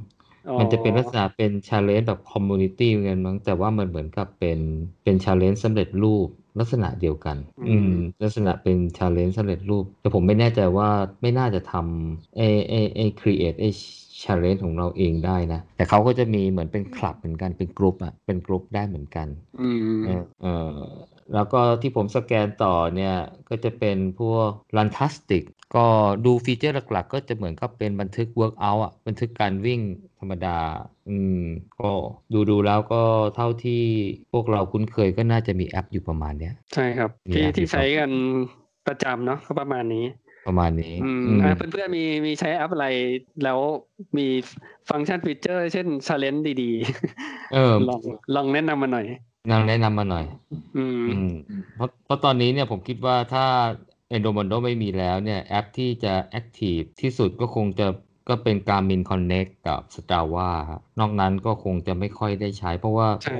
อ๋อ มันจะเป็นลักษณะเป็นชาเลนจ์แบบคอมมูนิตี้เหมือนกันมั้งแต่ว่ามันเหมือนกับเป็นเป็นชาเลนจ์สำเร็จรูปลักษณะเดียวกัน อื อื ม ม ลักษณะเป็นชาเลนจ์สำเร็จรูป แต่ผมไม่แน่ใจว่าไม่น่าจะทำเอเอเอครีเอทเอชาเลนจ์ของเราเองได้นะ แต่เขาก็จะมีเหมือนเป็นคลับเหมือนกันเป็นกลุ่มอ่ะเป็นกลุ่มได้เหมือนกัน อืม เออเออแล้วก็ที่ผมสแกนต่อเนี่ย ก็จะเป็นพวก Runtastic ก็ดูฟีเจอร์หลักๆ ก็จะเหมือนกับเป็นบันทึก Workout อ่ะ บันทึกการวิ่งธรรมดา อืม ก็ดูดูๆแล้วก็เท่าที่พวกเราคุ้นเคยก็น่าจะมีแอปอยู่ประมาณเนี้ย ใช่ครับ มี ที่ แอป ที่ อยู่ ใช้กันประจำเนาะก็ประมาณนี้ ประมาณนี้ อืม อืม อ่าเพื่อนๆมีมีใช้แอปอะไรแล้วมีฟังก์ชันฟีเจอร์ เช่น Challenge ดี เออ ๆ ลองลองแนะนำมาหน่อย นำแนะนำมาหน่อย อืม อืมเพราะเพราะตอนนี้เนี่ยผมคิดว่าถ้า Endomondo ไม่มีแล้วเนี่ยแอปที่จะ Active ที่สุดก็คงจะก็เป็น Garmin Connect กับ Strava ฮะนอกนั้นก็คงจะไม่ค่อยได้ใช้ เพราะว่า ใช่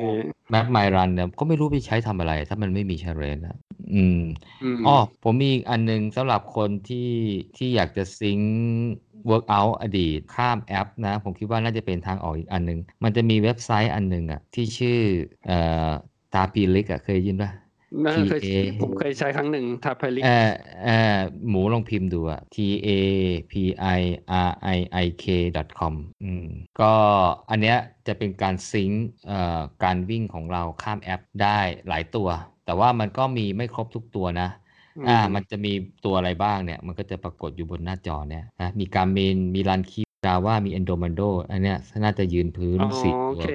Map My Run เนี่ยก็ไม่รู้ไปใช้ทำอะไร ถ้ามันไม่มี Challenge นะอืม อืม อ๋อผมมีอีกอันหนึงสำหรับคนที่ที่อยากจะซิงค์ Workout อดีตข้ามแอปนะ ผมคิดว่าน่าจะเป็นทางออกอีกอันหนึง มันจะมีเว็บไซต์อันหนึงอ่ะที่ชื่อเอ่อตาพีลิกอ่ะเคยได้ยินป่ะ น่า T เคย A ผมเคยใช้ครั้งหนึ่งทับไพลิก เอ่อเอ่อหมูลองพิมพ์ดูอะ t a p i r i i k com อืมก็อันเนี้ยจะเป็นการซิงค์เอ่อการวิ่งของเราข้ามแอปได้หลายตัว แต่ว่ามันก็มีไม่ครบทุกตัวนะ อ่า มันจะมีตัวอะไรบ้างเนี่ย มันก็จะปรากฏอยู่บนหน้าจอเนี่ยนะมีการเมนมีรันคีดาว่ามีเอนโดมันโดอันเนี้ยน่าจะยืนพื้น อ๋อ สี่ โอ ตัว เค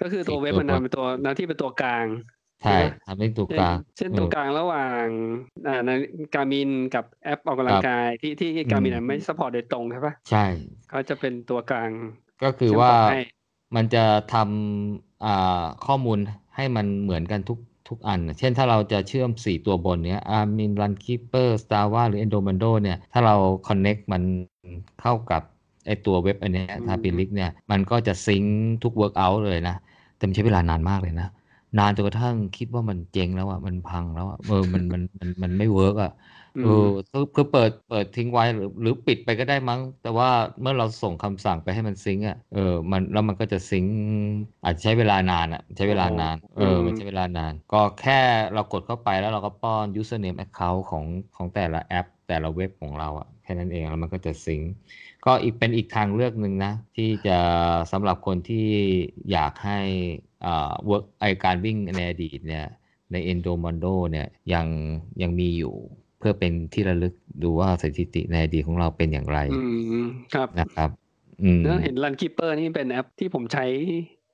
ก็คือตัว สี่ เว็บ ตัว มันทำเป็นตัวหน้าที่เป็นตัวกลาง ใช่ ใช่ไหม ทำให้ตัว เช่นกลาง เช่น เอ ตัว อ กลางระหว่างอ่านาการมินกับแอปออกกำลังครับ กายที่ที่การมิน อืม ไม่สปอร์ตโดยตรงใช่ปะ ใช่ เขาจะเป็นตัวกลาง ก็คือ เชื่อม ว่า ต่อให้ มันจะทำอ่าข้อมูลให้มันเหมือนกันทุกทุกอันน่ะเช่นถ้าเราจะเชื่อม 4 ตัวบนเนี้ยอามินรันคีเปอร์สตาร์ว่าหรือ Endomando เนี่ย ถ้าเรา Connect มันเข้ากับไอตัวเว็บอันเนี้ย อืม ทาปิลิกเนี่ย มันก็จะซิงค์ทุก Workout เลยนะ แต่มันใช้เวลานานมากเลยนะ นานจนกระทั่งคิดว่ามันเจ๊งแล้วอ่ะมันพังแล้วอ่ะเออมันมันมันมันไม่เวิร์กอ่ะเออคือคือเปิดเปิดทิ้งไว้หรือหรือปิดไปก็ได้มั้ง แต่ว่าเมื่อเราส่งคำสั่งไปให้มันซิงค์อ่ะเออมันแล้วมันก็จะซิงค์อาจจะใช้เวลานานอ่ะใช้เวลานานเออ อืม มันใช้เวลานาน ก็แค่เรากดเข้าไปแล้วเราก็ป้อน username account ของของแต่ละแอป แต่ละเว็บของเราอ่ะแค่นั้นเองแล้วมันก็จะซิงค์ ก็อีกเป็นอีกทางเลือกหนึ่งนะ ที่จะสำหรับคนที่อยากให้อ่า work ไอการวิ่งในอดีตเนี่ยใน Endo Mondo เนี่ยยังยังมีอยู่เพื่อเป็นที่ระลึกดูว่าสถิติในอดีตของเราเป็นอย่างไร อืมครับ นะครับ อืม แล้วเห็น Run Keeper นี่เป็นแอปที่ผมใช้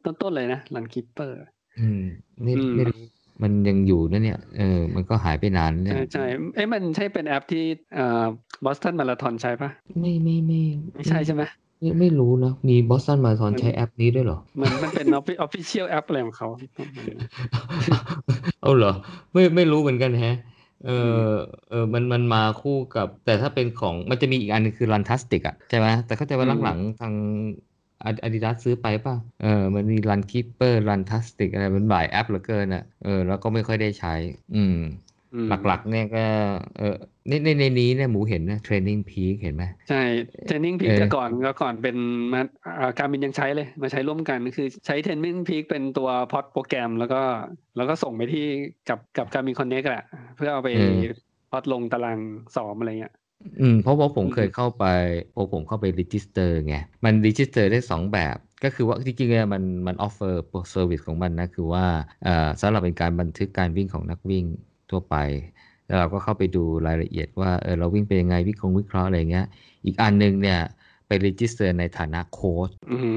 ต้นๆเลยนะ Run Keeper อืมนี่ อืม ไม่รู้มันยังอยู่นะเนี่ยเออมันก็หายไปนานเนี่ย ใช่ใช่เอ๊ะมันใช่เป็นแอปที่เอ่อบอสตันมาราธอนใช่ปะ ไม่ไม่ไม่ ไม่ใช่ใช่ไหม ไม่ไม่รู้นะ มีบอสตันมาทอน มัน ใช้แอปนี้ด้วยเหรอ มันมันเป็น offi- official app อะไรของเขา เอาเหรอไม่ไม่รู้เหมือนกันแฮะเออ ม อเออมันมันมาคู่กับ แต่ถ้าเป็นของมันจะมีอีกอันหนึงคือรันทัสติกอ่ะใช่ไหมแต่เข้าใจว่าหลังๆทางอาดิดาสซื้อไปป่ะเออมันมีรันคีเปอร์รันทัสติกอะไรมันหลายแอปเหลือเกินอ่ะเออแล้วก็ไม่ค่อยได้ใช้ อืม อืม หลักๆเนี่ยก็เออในในในนี้เนี่ยหมูเห็นนะเทรนนิ่งพีเห็นไหม ใช่เทรนนิ่งพี เอ่ ก อ แต่ก่อนก็ก่อนเป็นมาอ่าการบินยังใช้เลย มาใช้ร่วมกันคือใช้เทรนนิ่งพีกเป็นตัวพอดโปรแกรมแล้วก็แล้วก็ส่งไปที่กับกับการบินคอนเน็กแหละ เพื่อเอาไป เออ พอดลงตารางสอบอะไรเงี้ย อืมเพราะว่าผม อืม เคยเข้าไปพอผมเข้าไปรีจิสเตอร์ไง มันรีจิสเตอร์ได้สองแบบ ก็คือว่าจริงๆเนี่ยมันมันออฟเฟอร์เซอร์วิสของมันนะ คือว่าเอ่อสำหรับเป็นการบันทึกการวิ่งของนักวิ่งทั่วไป แล้วเราก็เข้าไปดูรายละเอียดว่าเออเราวิ่งเป็นยังไงวิเคราะห์วิเคราะห์อะไรเงี้ย อีกอันหนึงเนี่ยไปรีจิสเตอร์ในฐานะโค้ช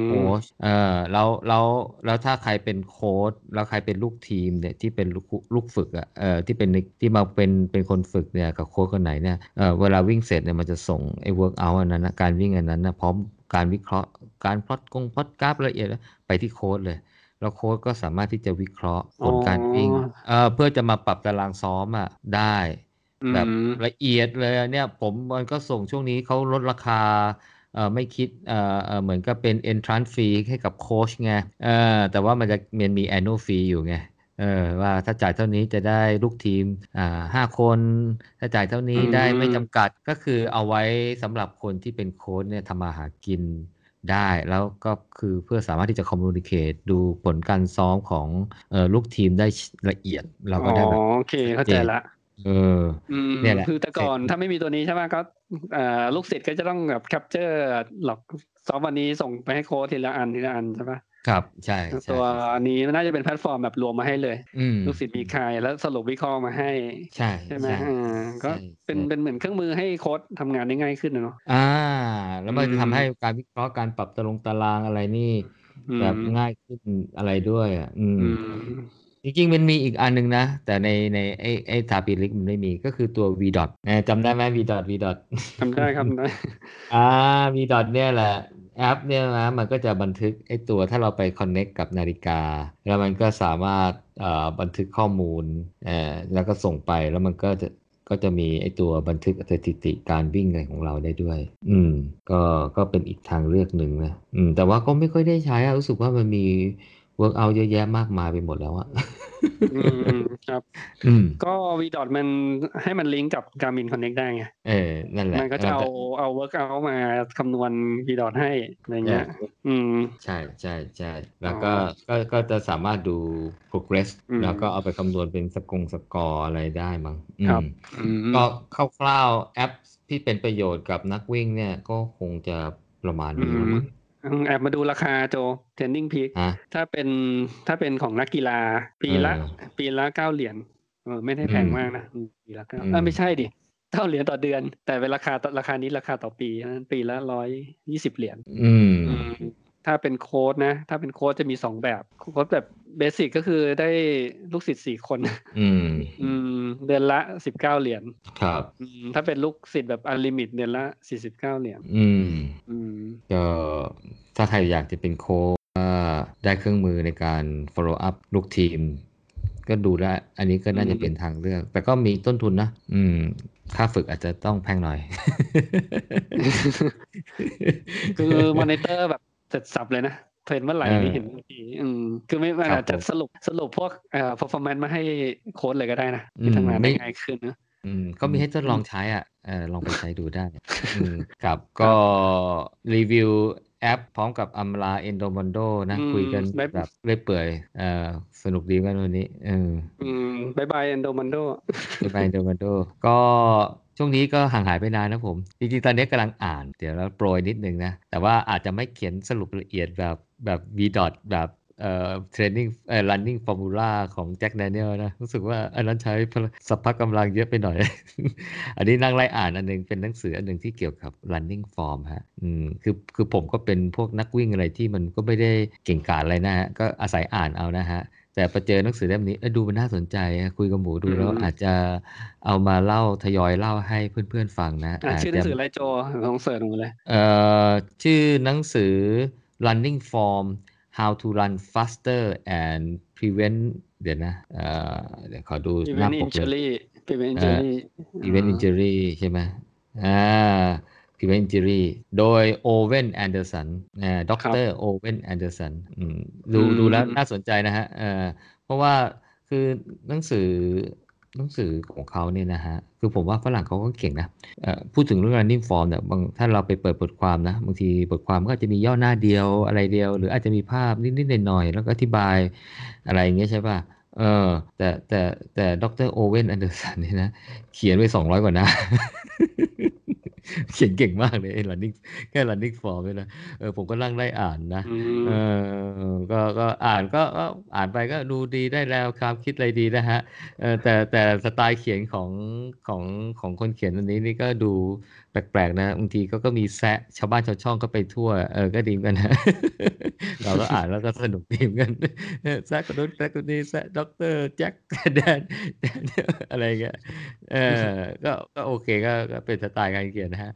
โค้ชเออแล้วแล้วแล้วถ้าใครเป็นโค้ชแล้วใครเป็นลูกทีมเนี่ยที่เป็นลูกลูกฝึกอ่ะเออที่เป็นที่มาเป็นเป็นคนฝึกเนี่ยกับโค้ชคนไหนเนี่ยเออเวลาวิ่งเสร็จเนี่ยมันจะส่งไอ้เวิร์กอัอันนั้นนะการวิ่งอันนั้นนะพร้อมการวิเคราะห์การพลอตกงพลอตกราฟละเอียดแล้วไปที่โค้ชเลย แล้วโค้ชก็สามารถที่จะวิเคราะห์ผลการวิ่ง อ๋อ เออเพื่อจะมาปรับตารางซ้อมอ่ะได้ อืม แบบละเอียดเลยอะเนี่ยผมมันก็ส่งช่วงนี้เขาลดราคาเอ่อไม่คิดเอ่อเอ่อเหมือนกับเป็น entrance fee ให้กับโค้ชไงเออแต่ว่ามันจะมันมี annual fee อยู่ไงเออว่าถ้าจ่ายเท่านี้จะได้ลูกทีมอ่าห้าคน ถ้าจ่ายเท่านี้ได้ไม่จำกัดก็คือเอาไว้สำหรับคนที่เป็นโค้ชเนี่ยทำมาหากินได้แล้วก็คือเพื่อสามารถที่จะ communicate ดูผลการซ้อมของเอ่อลูกทีมได้ละเอียดเราก็ได้แบ อ๋ บ อโอเคเข้าใจละ เออ อืม เนี่ยแหละ คือแต่ก่อน เสร็จ ถ้าไม่มีตัวนี้ใช่ไหมก็เอ่อลูกศิษย์ก็จะต้องแบบแคปเจอร์หลอกซ้อมวันนี้ส่งไปให้โค้ชทีละอันทีละอันใช่ปะ ครับใช่ใช่ ตัวนี้มันน่าจะเป็นแพลตฟอร์มแบบรวมมาให้เลย อืม ลูกศิษย์มีใครแล้วสรุปวิเคราะห์มาให้ ใช่ ใช่ไหม ใช่ อ่าก็ ใช่ เป็น ใช่ เป็นเหมือนเครื่องมือให้โค้ชทำงานได้ง่ายขึ้นนะเนาะ อ่า แล้วมัน อืม จะทำให้การวิเคราะห์การปรับตารางตารางอะไรนี่ อืม แบบง่ายขึ้นอะไรด้วยอ่ะอืม อืม จริงๆมันมีอีกอันหนึงนะ แต่ในในไอไอทาปิลิกมันไม่มีก็คือตัว V dot นะจำได้ไหม V dot V dot ทำได้ครับ ได้ อ่า V dot เนี่ยแหละ แอปเนี่ยนะ มันก็จะบันทึกไอตัวถ้าเราไป connect กับนาฬิกา แล้วมันก็สามารถเอ่อบันทึกข้อมูลเอ่อแล้วก็ส่งไปแล้วมันก็จะก็จะมีไอตัวบันทึกสถิติการวิ่งอะไรของเราได้ด้วย อืม ก็ก็เป็นอีกทางเลือกหนึ่งนะอืม แต่ว่าก็ไม่ค่อยได้ใช้อะรู้สึกว่ามันมี work out เยอะแยะมากมายไปหมดแล้วอะ อืมครับ อืม ก็วีดอทมันให้มันลิงก์กับการมินคอนเน็กได้ไง เออนั่นแหละ มันก็จะเอาเอาเวิร์กเอามาคำนวณวีดอทให้อะไร แล้วก็ เงี้ย อืม ใช่ใช่ใช่แล้วก็ อ๋อ ก็ก็จะสามารถดู progress อืม แล้วก็เอาไปคำนวณเป็นสกงสกอร์อะไรได้มั้งอื ครับ ม อืม ก็คร่าวๆแอปที่เป็นประโยชน์กับนักวิ่งเนี่ยก็คงจะประมาณ อื นี้แล้ว ม มั้ง แอบมาดูราคาโจเทนนิ่งพีค ฮะ ถ้าเป็นถ้าเป็นของนักกีฬา ปีละ เออ ปีละเก้าเหรียญเออไม่ได้แพงมากนะอืมปีละเก้า อืม เออไม่ใช่ดิเก้าเหรียญต่อเดือน แต่เป็นราคาต่อราคานี้ราคาต่อปีเพราะฉะนั้นปีละร้อยยี่สิบเหรียญ อืม อืมถ้าเป็นโค้ดนะ ถ้าเป็นโค้ดจะมีสองแบบโค้ดแบบเบสิกก็คือได้ลูกศิษย์สี่คน อืม อืม เดือนละสิบเก้าเหรียญ ครับ อืมถ้าเป็นลูกศิษย์แบบอันลิมิตเดือนละสี่สิบเก้าเหรียญ อืม อืม ก็ถ้าใครอยากจะเป็นโค้ชก็ได้เครื่องมือในการ follow up ลูกทีม ก็ดูได้ อันนี้ก็น่าจะ อืม เป็นทางเลือก แต่ก็มีต้นทุนนะ อืม ค่าฝึกอาจจะต้องแพงหน่อย คือมอนิเตอร์แบบเสร็จสับเลยนะ เทรนด์เมื่อไหร่ เออ นี่เห็นทันทีอืมคือไม่มันอาจจะสรุปสรุปพวกเอ่อ performance มาให้โค้ดเลยก็ได้นะที่ทำงานได้ง่ายขึ้นนะ อืมก็มีให้ทดลองใช้อ่ะเออลองไปใช้ดูได้อืมครับก็รีวิวแอปพร้อมกับอำลาเอนโดมอนโดนะ อืม คุยกัน บ๊าย แบบเรื่อยเปื่อยเออสนุกดีเหมือนกันวันนี้เออ อืมบายบายแอนโดมันโด ไปเอนโดมอนโดก็ช่วงนี้ก็ห่างหายไปนานนะผม จริงๆ ตอนนี้กำลังอ่าน เดี๋ยวเราโปรยนิดนึงนะ แต่ว่าอาจจะไม่เขียนสรุปละเอียดแบบแบบ V. ดอทแบบเอ่อเทรนนิ่งเอ่อ running formula ของแจ็คแดเนียลนะรู้สึกว่าอันนั้นใช้พละสัพพะกำลังเยอะไปหน่อย อันนี้นั่งไล่อ่านอันหนึงเป็นหนังสืออันหนึ่งที่เกี่ยวกับ running form ฮะ อืม คือ คือผมก็เป็นพวกนักวิ่งอะไรที่มันก็ไม่ได้เก่งกาจอะไรนะฮะ ก็อาศัยอ่านเอานะฮะ แต่ไปเจอหนังสือเล่มนี้เอ้ยดูมันน่าสนใจฮะคุยกับหมูดูแล้ว อืม อาจจะเอามาเล่าทยอยเล่าให้เพื่อนๆฟังนะ อ่ะชื่อหนั จะ งสืออะไรโจลองเสิร์ชดูเลย เอ่อ ชื่อหนังสือ running form how to run faster and prevent เดี๋ยวนะ เอ่อ เดี๋ยวขอดู อี ห เว น้าน ต์ ป อิน ก เจอ เลย รี่อีเวนต์อินเจอรี่ อีเวนต์อินเจอรี่ใช่ไหมอ่าอีเวนต์อินเจอรี่โดยโอเวนแอนเดอร์สันอ่าด็อกเตอร์โอเวนแอนเดอร์สันดู อืม ดูแล้วน่าสนใจนะฮะเอ่อเพราะว่าคือหนังสือหนังสือของเขาเนี่ยนะฮะ คือผมว่าฝรั่งเขาก็เก่งนะเอ่อพูดถึงเรื่อง running form เนี่ยบางถ้าเราไปเปิดบทความนะ บางทีบทความก็อาจจะมีย่อหน้าเดียวอะไรเดียว หรืออาจจะมีภาพนิดๆหน่อยๆแล้วก็อธิบายอะไรอย่างเงี้ยใช่ป่ะเออแต่แต่แต่ดรโอเวนแอนเดอร์สันเนี่ยนะ เขียนไปสองร้อยกว่าหน้า เขียนเก่งมากเลยไอ้ลันนิกแค่ลันนิกฟอร์มเลยนะ เออผมก็นั่งไล่อ่านนะ อืม เออก็ก็อ่านก็ก็อ่านไปก็ดูดีได้แล้วความคิดอะไรดีนะฮะ เออแต่แต่สไตล์เขียนของของของคนเขียนอันนี้นี่ก็ดูแปลกๆนะบางทีก็ก็มีแซะชาวบ้านชาวช่องก็ไปทั่ว เออก็ดีเหมือนกันนะ เราก็อ่านแล้วก็สนุกดีเหมือน กันเออแซะคนนู้นแซะคนนี้แซะด็อกเตอร์แจ็คแดนแดนอะไรเงี้ยเออก็ก็โอเคก็ก็เป็นสไตล์การเขียนนะฮะ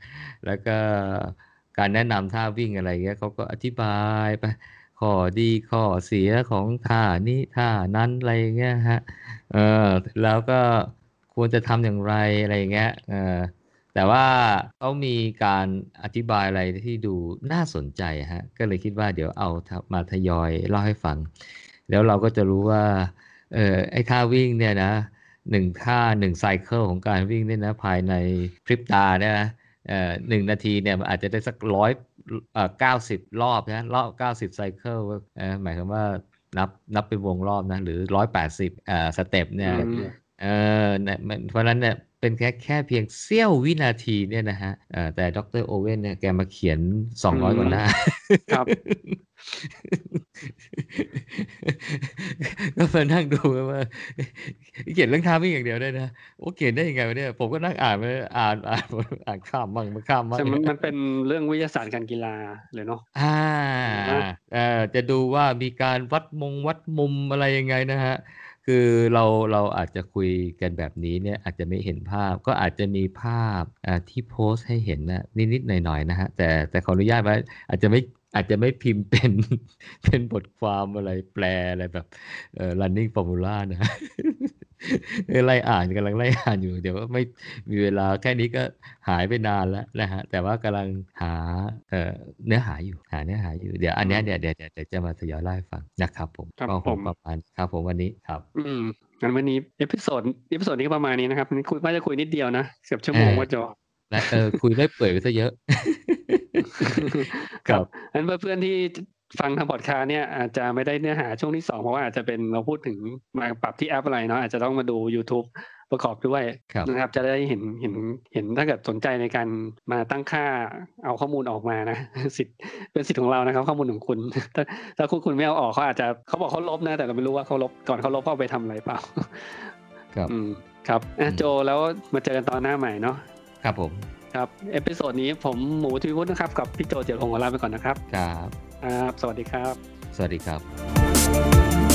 แล้วก็การแนะนำท่าวิ่งอะไรเงี้ยเขาก็อธิบายไปข้อดีข้อเสียของท่านี้ท่านั้นอะไรเงี้ยฮะ เออแล้วก็ควรจะทำอย่างไรอะไรอย่างเงี้ยเออแต่ว่าเขามีการอธิบายอะไรที่ดูน่าสนใจฮะ ก็เลยคิดว่าเดี๋ยวเอามาทยอยเล่าให้ฟัง แล้วเราก็จะรู้ว่าเออไอ้ท่าวิ่งเนี่ยนะหนึ่งท่าหนึ่งไซเคิลของการวิ่งเนี่ยนะภายในพริบตาเนี่ยนะเออหนึ่งนาทีเนี่ยมันอาจจะได้สักร้อยเอ่อเก้าสิบรอบนะรอบเก้าสิบไซเคิลเออหมายความว่านับนับเป็นวงรอบนะหรือร้อยแปดสิบเอ่อสเต็ปเนี่ย อืม เออเนี่ยมันเพราะฉะนั้นเนี่ยเป็นแค่แค่เพียงเสี้ยววินาทีเนี่ยนะฮะเอ่อแต่ดรโอเว่นเนี่ยแกมาเขียน 200 กว่าหน้า ครับ ก็มานั่งดูว่าเขียนเรื่องทามิ่งอย่างเดียวได้นะ โอ้เขียนได้ยังไงวะเนี่ย ผมก็นั่งอ่านไปอ่านอ่านอ่านข้ามมั่งไม่ข้ามมั่ง แต่มันมันเป็นเรื่องวิทยาศาสตร์การกีฬาเลยเนาะ อ่า อ่า เอ่อจะดูว่ามีการวัดมงวัดมุมอะไรยังไงนะฮะ คือเราเราอาจจะคุยกันแบบนี้เนี่ยอาจจะไม่เห็นภาพก็อาจจะมีภาพอ่าที่โพสต์ให้เห็นนะนิดๆหน่อยๆนะฮะ แต่แต่ขออนุญาตว่าอาจจะไม่อาจจะไม่พิมพ์เป็น เป็นบทความอะไรแปลอะไรแบบเอ่อ running formula นะ เออไล่อ่านกำลังไล่อ่านอยู่เดี๋ยวก็ไม่ มีเวลาแค่นี้ก็หายไปนานแล้วนะฮะ แต่ว่ากำลังหาเอ่อเนื้อหาอยู่หาเนื้อหาอยู่เดี๋ยวอันเนี้ย อืม เดี๋ยวเดี๋ยวเดี๋ยวเดี๋ยวจะมาทยอยเล่าให้ฟังนะครับผม ครับ ก็ค ผ ง ม ประมาณครับผมวันนี้ครับ อืมงั้นวันนี้เอพิโซดเอพิโซดนี้ก็ประมาณนี้นะครับนี่คุยว่าจะคุยนิดเดียวนะเกือบชั่วโมง เออ ว่าโจ และเออ คุยได้เปื่อยไปซะเยอะ ครับ งั้นเพื่อนๆที่ฟังทางพอดคาสต์เนี่ยอาจจะไม่ได้เนื้อหาช่วงที่สองเพราะว่าอาจจะเป็นเราพูดถึงมาปรับที่แอปอะไรเนาะอาจจะต้องมาดู YouTube ประกอบด้วย ครับ นะครับ จะได้เห็นเห็นเห็นถ้าเกิดสนใจในการมาตั้งค่าเอาข้อมูลออกมานะ สิทธิ์เป็นสิทธิ์ของเรานะครับ ข้อมูลของคุณ ถ้าถ้าคุณคุณไม่เอาออกเขาอาจจะเขาบอกเขาลบนะ แต่เราไม่รู้ว่าเขาลบก่อนเขาลบเขาเอาไปทำอะไรเปล่า ครับ อืมครับอ่ะโจแล้วมาเจอกันตอนหน้าใหม่เนาะ ครับผม ครับเอพิโซดนี้ผมหมูทวีวุฒินะครับกับพี่โจเจียรพงศ์ขอลาไปก่อนนะครับ ครับ ครับ สวัสดีครับ สวัสดีครับ